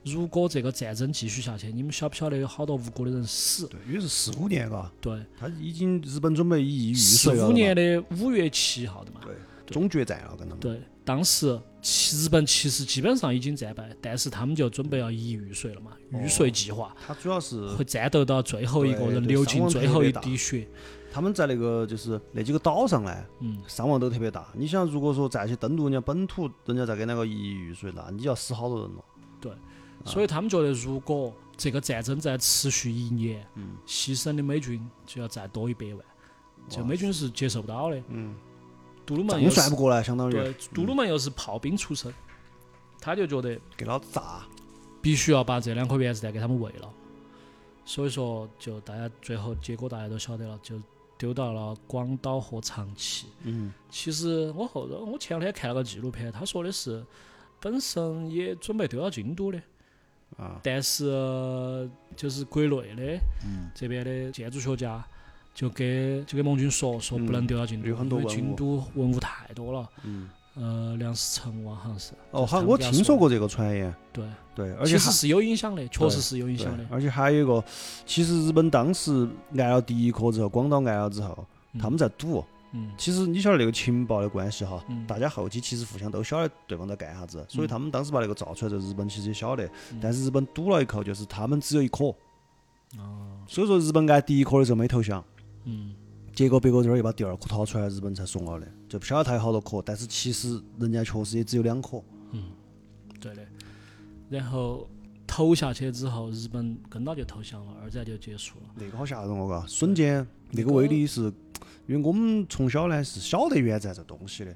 如果这个战争继续下去，你们晓不晓得有好多无辜的人死？
对，因为是四五年嘎，
对，
他已经日本准备一亿预
四
设了
五
嘛
年的五月七号的嘛。
对终决战了，跟他们
对，当时其日本其实基本上已经战败，但是他们就准备要一亿玉碎了嘛，玉碎计划。
他主要是
会战斗到最后一个
对
人
对
流
伤
尽
亡
最
特
后
别
一
大
滴血，
他们在那个就是那几个岛上呢，
嗯，
伤亡都特别大。你想，如果说再去登陆人家本土，人家再给那个一亿玉碎，那你要死好多人了。
啊所以他们觉得如果这个战争再持续一年，
嗯，
牺牲的美军就要再多一百万，就美军是接受不到的。
嗯，
杜鲁门
账
又
算
是
不过来，相当于
对，杜鲁门又是炮兵出身，他就觉得
给老子炸。
必须要把这两颗原子弹给他们喂了。所以说，就大家最后结果大家都晓得了，就丢到了广岛和长崎。
嗯，
其实我后头我前两天看了个纪录片，他说的是本身也准备丢到京都的，
啊，
但是呃就是国内的、
嗯
这边的建筑学家就给就给盟军说说不能丢到京都，
嗯有很多
因为
文
京
物
都文物太多了。
嗯，
呃，梁思成哇，好像是
哦，
就是他
好，
们
我
给他
听说
说
过这个传言。
对，
对，而
其
且
实
还
是有影响的，确
对
实是有影
对
响的。
而且还有一个，其实日本当时挨了第一颗之后，广岛挨了之后，
嗯
他们在赌。
嗯
其实你晓得那个情报的关系哈，
嗯
大家后期其实互相都晓得对方在干啥子，所以
嗯
他们当时把那个造出来之后，日本其实也晓得
嗯，
但是日本赌了一口，就是他们只有一颗，
哦，
所以说日本挨第一颗的时候没投降，
嗯，
结果别个这儿又把第二颗掏出来，日本才怂了的，就不晓得他有好多颗，但是其实人家确实也只有两颗，
嗯对的。然后投下去之后，日本跟到就投降了，二战就结束了。
那个好吓人哦，嘎，瞬间那个威力是，因为我们从小呢是晓得原子弹这东西的，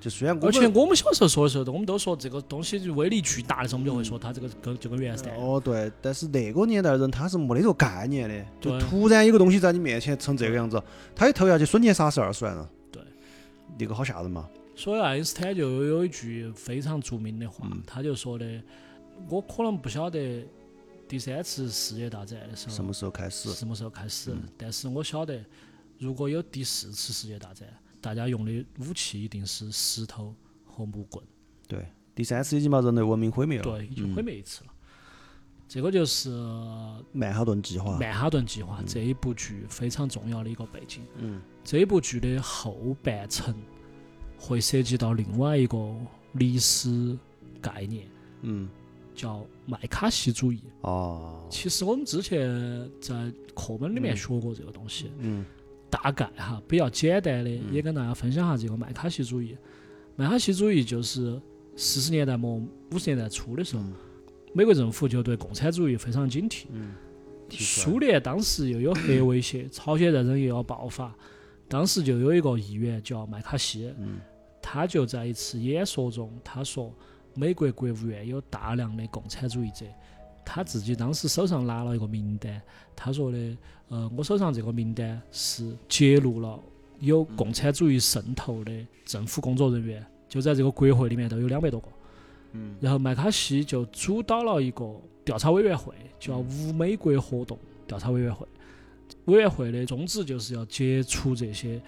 就虽然我
而且
们
我们小时候说的时候，我们都说这个东西就威力巨大的时候，我们就会说它这个跟这个原子弹。
哦对，但是那个年代的人他是没得这个概念的，就
对
突然有个东西在你面前成这个样子，他一投下去瞬间杀死二十万人，
对，
那个好吓人嘛，
所以爱因斯坦就有一句非常著名的话，
嗯
他就说的：“我可能不晓得第三次世界大战的时候
什么时候开始？
什么时候开始，
嗯
但是我晓得，如果有第四次世界大战，大家用的武器一定是石头和木棍。”
对，第三次已经把人类文明毁灭了，
对，已经毁灭一次了。
嗯
这个就是
曼哈顿计划，
曼哈顿计划这一部剧非常重要的一个背景。
嗯，
这一部剧的后半程会涉及到另外一个历史概念，
嗯，
叫麦卡锡主义。
哦，
其实我们之前在课本里面
嗯
学过这个东西，
嗯
大概哈比较简单的，也跟大家分享下这个麦卡锡主义。麦卡锡主义就是四十年代末五十年代初的时候，
嗯
美国政府就对共产主义非常警惕。
嗯，提出来
苏联当时又有核威胁，朝鲜战争又要爆发，当时就有一个议员叫麦卡锡，
嗯
他就在一次演说中，他说美国国务院有大量的共产主义者，他自己当时手上拿了一个名单，他说的，呃，我手上这个名单是揭露了有共产主义渗透的政府工作人员，就在这个国会里面都有两百多个。
嗯
然后麦卡锡就主导了一个调查委员会，叫无美国活动调查委员会。委员会的宗旨就是要接触这些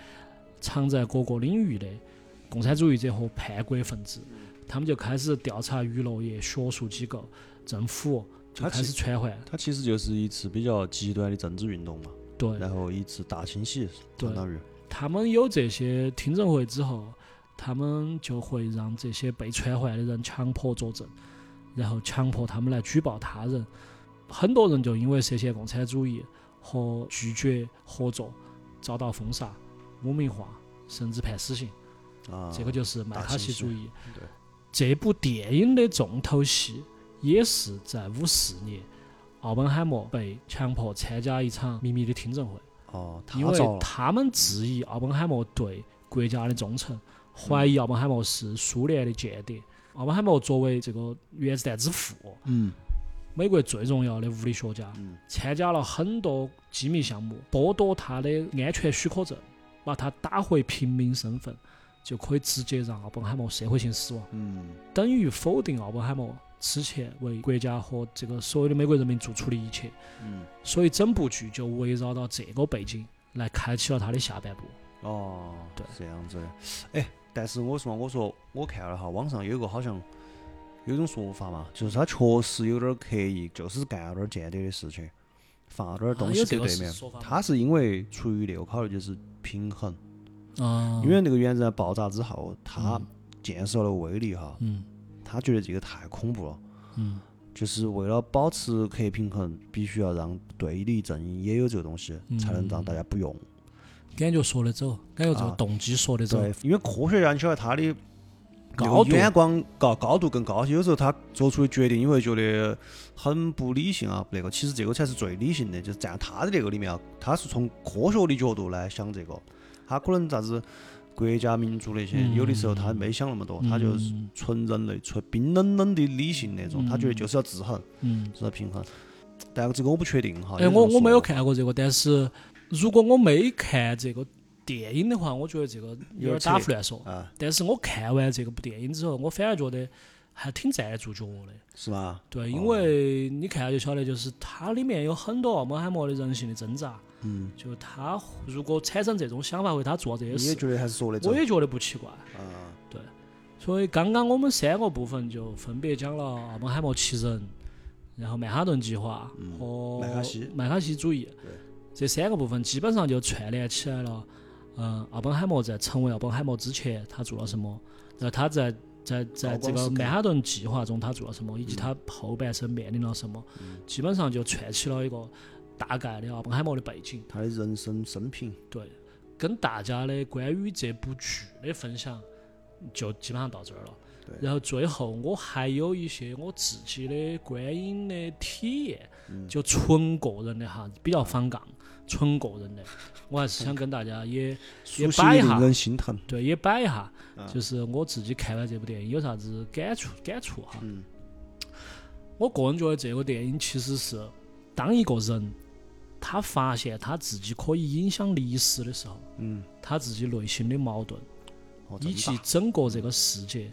藏在各个领域的共产主义者和叛国分子，他们就开始调查娱乐业、学术机构、政府，就
他
开
其
始传唤。
它其实就是一次比较极端的政治运动嘛，
对，
然后一次大清洗，
对
相当于，
他们有这些听证会之后，他们就会让这些被传唤的人强迫作证，然后强迫他们来举报他人。很多人就因为涉嫌共产主义和拒绝合作，遭到封杀、污名化，甚至判死刑。
啊，
这个就是麦
大
卡
情
锡主
绪
义。
对
这部电影的重头戏也是在五四年，奥本海默被强迫参加一场秘密的听证会，
哦，他
因为
遭了
他们质疑奥本海默对国家的忠
嗯
诚，怀疑奥本海默是苏联的间谍。奥本海默作为这个原子弹之父，
嗯
美国最重要的物理学家，
嗯
参加了很多机密项目，剥夺他的安全许可证，把他打回平民身份，就可以直接让奥本海默社会性死亡，
嗯
等于否定奥本海默之前为国家和这个所有的美国人民做出的一切。
嗯，
所以整部剧就围绕到这个背景来开启了他的下半部。
哦，
对
这样子的。哎，但是我说，我说我看了哈，网上有一个好像有一种说法嘛，就是他确实有点儿刻意，就是干了点儿间谍的事情，放了点儿
啊
东
有
西
这
给
个
对
是
面
说法。吗
他是因为出于那个考虑，就是平衡，
啊
因为那个原子弹爆炸之后，他
嗯
见识到了威力哈，
嗯
他觉得这个太恐怖了。
嗯
就是为了保持核平衡，必须要让对立阵营也有这个东西，才能
嗯
让大家不用。
感觉说得走，感觉这个
啊
动机说得走。
对，因为科学家你晓得他的
高度
那个眼光高高度更高，有时候他做出的决定你会觉得很不理性啊，那个其实这个才是最理性的，就是站他的那个里面啊，他是从科学的角度来想这个，他可能啥子国家民族那些，
嗯
有的时候他没想那么多，他就是
嗯
纯人类、纯冰冷冷的理性那种，他觉得就是要制衡，
嗯
就是要平衡。但这个我不确定哈。
哎，
有
我
这种
我没有
说
看过这个，但是如果我没看这个电影的话，我觉得这个有点
有点
打胡乱说。
啊，
但是我看完这个部电影之后，我反而觉得还挺站住脚的。
是吧？
对，
哦
因为你看就晓得，就是它里面有很多奥本海默的人性的挣扎。
嗯，
就他如果产生这种想法，为他做这些
你也
事，
觉得还是说得
我
准
也觉得不奇怪。
啊？
所以刚刚我们三个部分就分别讲了奥本海默奇人，然后曼哈顿计划和
嗯麦卡锡
麦卡锡主义
对
这三个部分，基本上就串联起来了。嗯，奥本海默在成为奥本海默之前，他做了什么？然后他在在在
高
这
光
个
时刻嗯
曼哈顿计划中他做了什么，以及他后半生面临了什么，基本上就串起了一个大概的奥本海默的背景。
他的人生生平，
对，跟大家的关于这部剧的分享就基本上到这儿了。
对
然后最后我还有一些我自己的观影的体验，
嗯
就纯个人的哈，比较反杠，纯个人的，我还是想跟大家 也也
熟悉
摆一下
令人心疼。
对也摆一下，
嗯
就是我自己看完这部电影有啥子感触感触哈。
嗯
我个人觉得这个电影其实是当一个人他发现他自己可以影响历史的时候，
嗯，
他自己内心的矛盾，
哦，
以及整个这个世界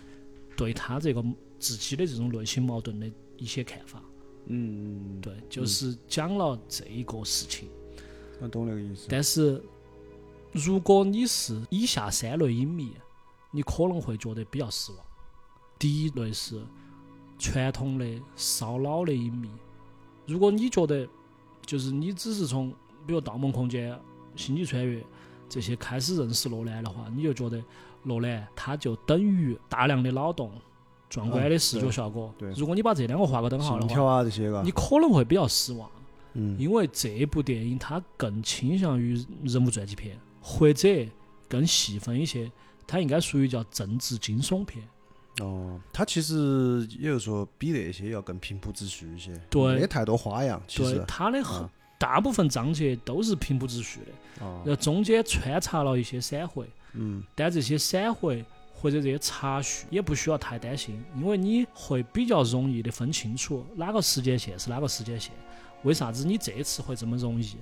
对他这个自己的这种内心矛盾的一些看法。
嗯，
对，就是讲了这一个事情。
我懂那个意思。
但是如果你是以下三类影迷，你可能会觉得比较失望。第一类是传统的烧脑的影迷，如果你觉得就是你只是从比如《盗梦空间》《星际穿越》这些开始认识诺兰的话，你就觉得诺兰他就等于大量的脑洞、壮观的
嗯
视觉
对
效果。
对
如果你把这两个画个等号的
信
话
条，啊这些个
你，可能会比较失望。
嗯，
因为这部电影它更倾向于人物传记片，或者更细分一些，它应该属于叫政治惊悚片。
哦，他其实也就是说比那些要更平铺直叙一些，
对
没太多花样，其
对
实，，
它的很
嗯
大部分章节都是平铺直叙的，然
哦，
后中间穿插了一些闪回，
嗯，
但这些闪回或者这些插叙也不需要太担心，因为你会比较容易的分清楚哪个时间线是哪个时间线。为啥子你这一次会这么容易？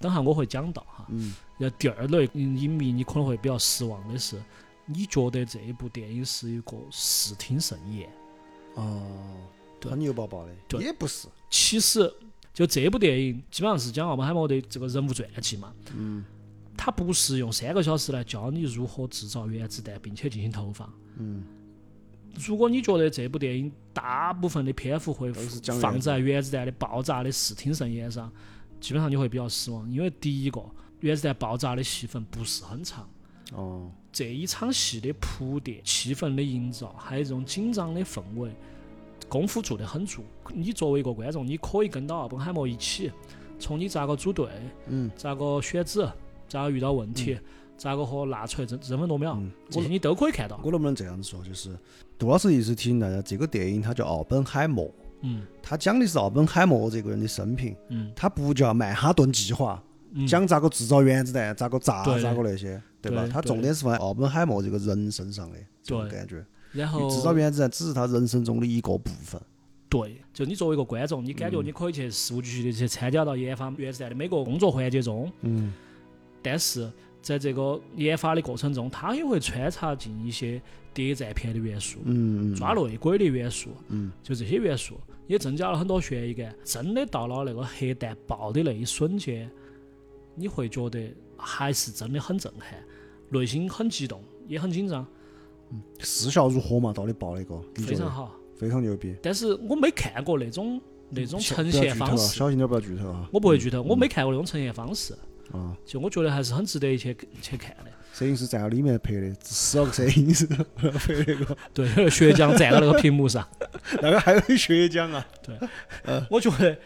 等下我会讲到哈。
嗯，
然后第二类影迷，你可能会比较失望的是，你觉得这一部电影是一个视听盛宴。
哦，
对
很牛巴巴的，
对
也不是，
其实就这部电影基本上是讲奥本海默的这个人物传记嘛。嗯。他不是用三个小时来教你如何制造原子弹，并且进行投放。
嗯，
如果你觉得这部电影大部分的篇幅会
都是讲原子弹
放在原子弹的爆炸的视听盛宴上，基本上你会比较失望，因为第一个原子弹爆炸的戏份不是很长。
哦，
这一场戏的铺垫、气氛的营造，还有一种紧张的氛围，功夫做得很足。你作为一个观众，你可以跟到奥本海默一起，从你咋个组队，
嗯，
咋个选址，咋个遇到问题，咋个和拿出来争争分夺秒
嗯，
这些你都可以看到。
我能不能这样子说，就是杜老师一直提醒大家，这个电影它叫《奥本海默》，
嗯
它讲的是奥本海默这个人的生平，
嗯
它不叫曼哈顿计划，
嗯，
讲咋个制造原子弹，咋个炸，
对
咋个那些，对吧？
对
它重点是放在奥本海默这个人身上的这种
对
感觉，
然后
制造原子弹只是他人生中的一个部分。
对，就你作为一个观众，你感觉你可以去事无巨细的去参加到研发原子弹的每个工作环节中，
嗯，
但是在这个研发的过程中，它也会穿插进一些谍战片的元素。
嗯，嗯
抓内鬼的元素，
嗯，
就这些元素也增加了很多悬疑感。真的到了那个核弹爆的那一瞬间，你会觉得还是真的很震撼，内心很激动，也很紧张，
视效如何嘛？到底爆那个，你觉
非常
得
好。
非常牛逼。
但是我没看过那种那种
小
呈
不要
现
剧透
方
啊
式，
小心点不要剧透啊！
我不会剧透，我没看过那种呈现方式，
啊，
就我觉得还是很值得去去看的。
摄影师站到里面拍的，十二个摄影师拍那个，
对，学长站到那个屏幕上。
那个还有学奖啊。
我觉得，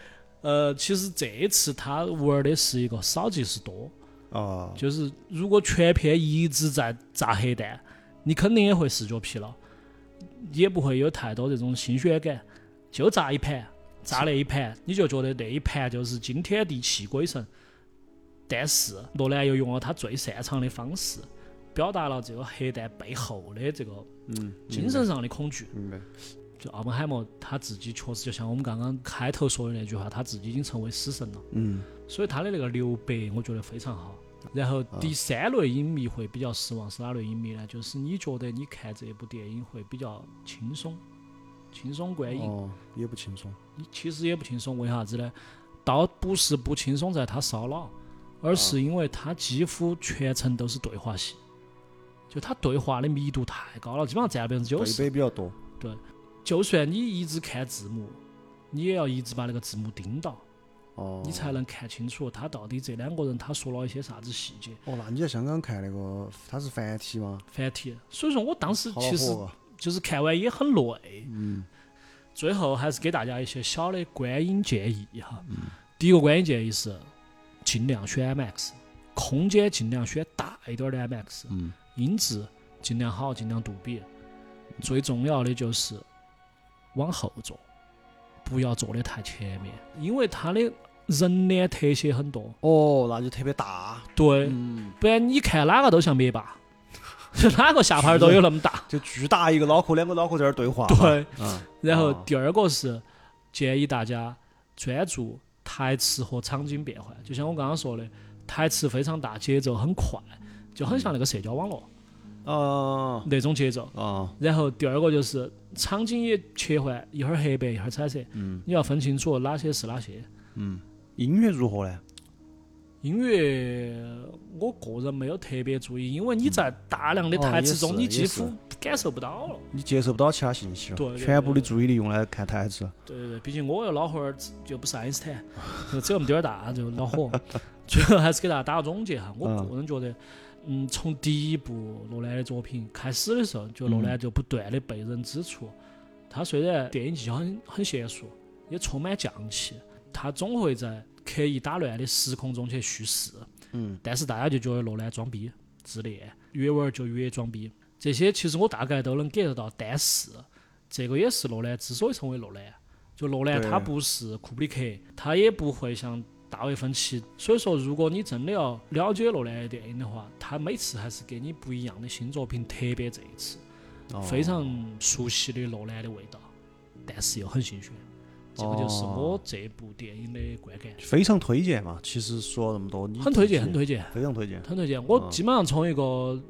呃，其实这一次他玩的是一个少即是多，
啊，
就是如果全片一直在炸核弹，你肯定也会视觉疲劳，也不会有太多这种新鲜感，就炸一盘，炸那一盘，你就觉得那一盘就是惊天地泣鬼神。但是诺兰又用了他最擅长的方式，表达了这个核弹背后的这个
嗯，
精神上的恐惧。
明白。
就奥本海默他自己确实就像我们刚刚开头说的那句话，他自己已经成为死神了，
嗯，
所以他的那个留白我觉得非常好。然后第
啊
三类影迷会比较失望是哪类影迷呢？就是你觉得你看这部电影会比较轻松，轻松观影，
哦，也不轻松。
你其实也不轻松，为啥子呢？倒不是不轻松在它烧脑，而
啊
是因为它几乎全程都是对话戏，就它对话的密度太高了，基本上占百分之九
对
十。
杯比较多。
就算你一直看字幕，你也要一直把那个字幕盯到，
哦，
你才能看清楚他到底这两个人他说了一些啥子细节
哦，那你在香港看那个，它是繁体吗？
反体。所以说我当时
好
其实
火啊
就是看完也很累。
嗯
最后还是给大家一些小的观影建议哈。
嗯
第一个观影建议是，尽量选 IMAX，空间尽量选大一点的 IMAX，
嗯
音质尽量好，尽量杜比。
嗯
最重要的就是往后坐，不要坐得太前面，因为它的人脸特写很多。
哦，那就特别大。
对，
嗯，
不然你看哪个都像灭霸， 就哪个下巴都有那 么大。
就巨大一个脑壳，两个脑壳在那儿对话。
对，
啊，
然后
哦
第二个是建议大家专注台词和场景变换，就像我刚刚说的，台词非常大，节奏很快，就很像那个社交网络
啊
那种节奏。
啊，
然后第二个就是场景也切换，一会儿黑白，一会儿彩色，
嗯
你要分清楚哪些是哪些。
嗯，音乐如何呢？
音乐，我个人没有特别注意，因为你在大量的
嗯哦
台
也
词中，
是
你
也
几
是
乎感受不到了。
你接受不到其他信息
对
了，
对
全部的
对
注意力用来看台词。
对对对，毕竟我又老汉儿，就不是爱因斯坦，就只有我们点儿大就恼火。 最后还是给大家打个总结哈，我
嗯
个人觉得，嗯，从第一部诺兰的作品开始的时候，就诺兰就不断的被人指出，他虽然电影技巧很很娴熟，也充满匠气，他总会在刻意打乱的时空中去叙事，
嗯，
但是大家就觉得诺兰装逼、自恋，越玩儿就越装逼。这些其实我大概都能 get 到，但是这个也是诺兰之所以成为诺兰，就诺兰
对
他不是库布里克，他也不会像大卫芬奇。所以说，如果你真的要了解诺兰的电影的话，他每次还是给你不一样的新作品，特别这一次
哦
非常熟悉的诺兰的味道，但是又很新鲜。这个就是
哦
我这部电影的观感，
非常推荐嘛。其实说了那么多，你
很推荐，
自己
很推荐。
非常推荐。啊
很推荐。我基本上从一个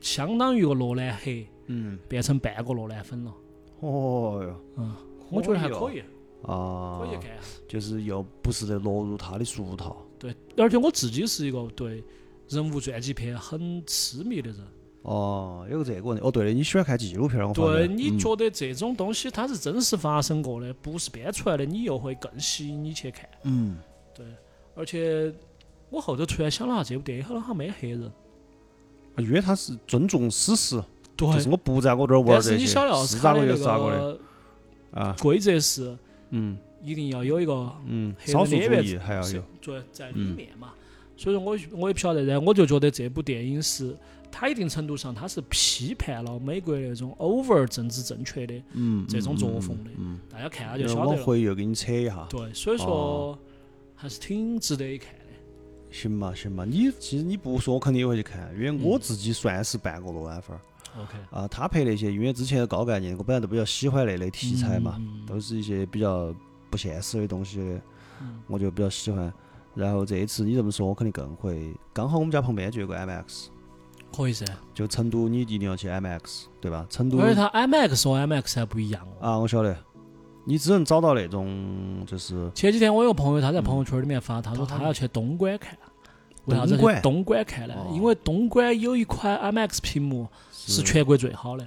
相当于一个罗兰黑
嗯，
变成半个罗兰粉了。
哦哟，
嗯，我觉得还可
以
以，
啊，
可以看。
就是又不是在落入他的俗套。
对，而且我自己是一个对人物传记片很痴迷的人。
哦，有个这个问题。哦，对了，你喜欢看纪录片儿，我发
对，
现
你
嗯
觉得这种东西它是真实发生过的，不是编出来的，你又会更吸引你去看。
嗯，
对，而且我后头突然想了下，这部电影好像没黑人。
啊因为他是尊重史实，
对，
就是我不在我这儿玩
但
儿这
是
些，
你晓得奥斯
是
卡的
咋个
那
就是咋个的。
个
啊，
规则是
嗯
一定要有一个
嗯，
黑
少
人
数
猎
主
人
义还要
是
有，
做在里
嗯
面嘛。所以说我我也不晓得，然后我就觉得这部电影是它一定程度上它是批判了美国那种 over 政治正确的，
嗯，
这种
嗯
作风的
嗯，
大家看了
嗯
就
然
晓得
后往
了。
回又给你扯一下，
对，所以说
哦
还是挺值得一看的。
行嘛行嘛，你其实你不说，我肯定也会去看，因为我
嗯
自己算是半个罗兰粉儿
OK，
啊。他拍那些，因为之前的高概念，我本来都比较喜欢那类题材嘛，
嗯
都是一些比较不现实的东西的，
嗯
我就比较喜欢。然后这一次你这么说，我肯定更会。刚好我们家旁边就有个 IMAX，
可以噻。
就成都你一定要去 IMAX，对吧？成都
而且它 IMAX 和 IMAX 还不一样哦。
啊，我晓得，你只能找到那种就是
前几天我有个朋友，他在
嗯
朋友圈里面发，他说他要去东莞看，为啥子
东
要去
莞
东莞看呢
哦？
因为东莞有一块 IMAX 屏幕是全国最好的，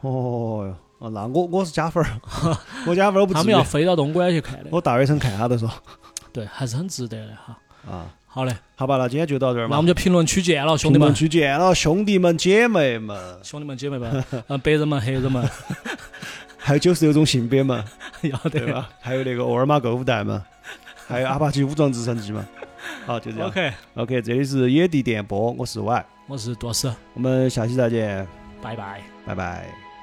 哦哟，哦，那我我是加分儿， 我加分儿我不哦
他
至
们
于
要。飞到东莞去看的，
我大学生看他都说
对，还是很值得的哈。
啊，
好嘞，
好吧，那今天就到这儿
那
嘛。
我们就评论区见了，兄弟
评论
们。
区见了，兄弟们姐妹们，
兄弟们、姐妹们，嗯，白人们、黑人们，
还有九十六种性 别们，
要
对
得。
吧？还有那个沃尔玛购物袋们， 还有阿帕奇武装直升机们。好，就这样。
OK，
OK，这里是野地电波，我是 Y，
我是多斯，
我们下期再见，
拜拜。
拜拜。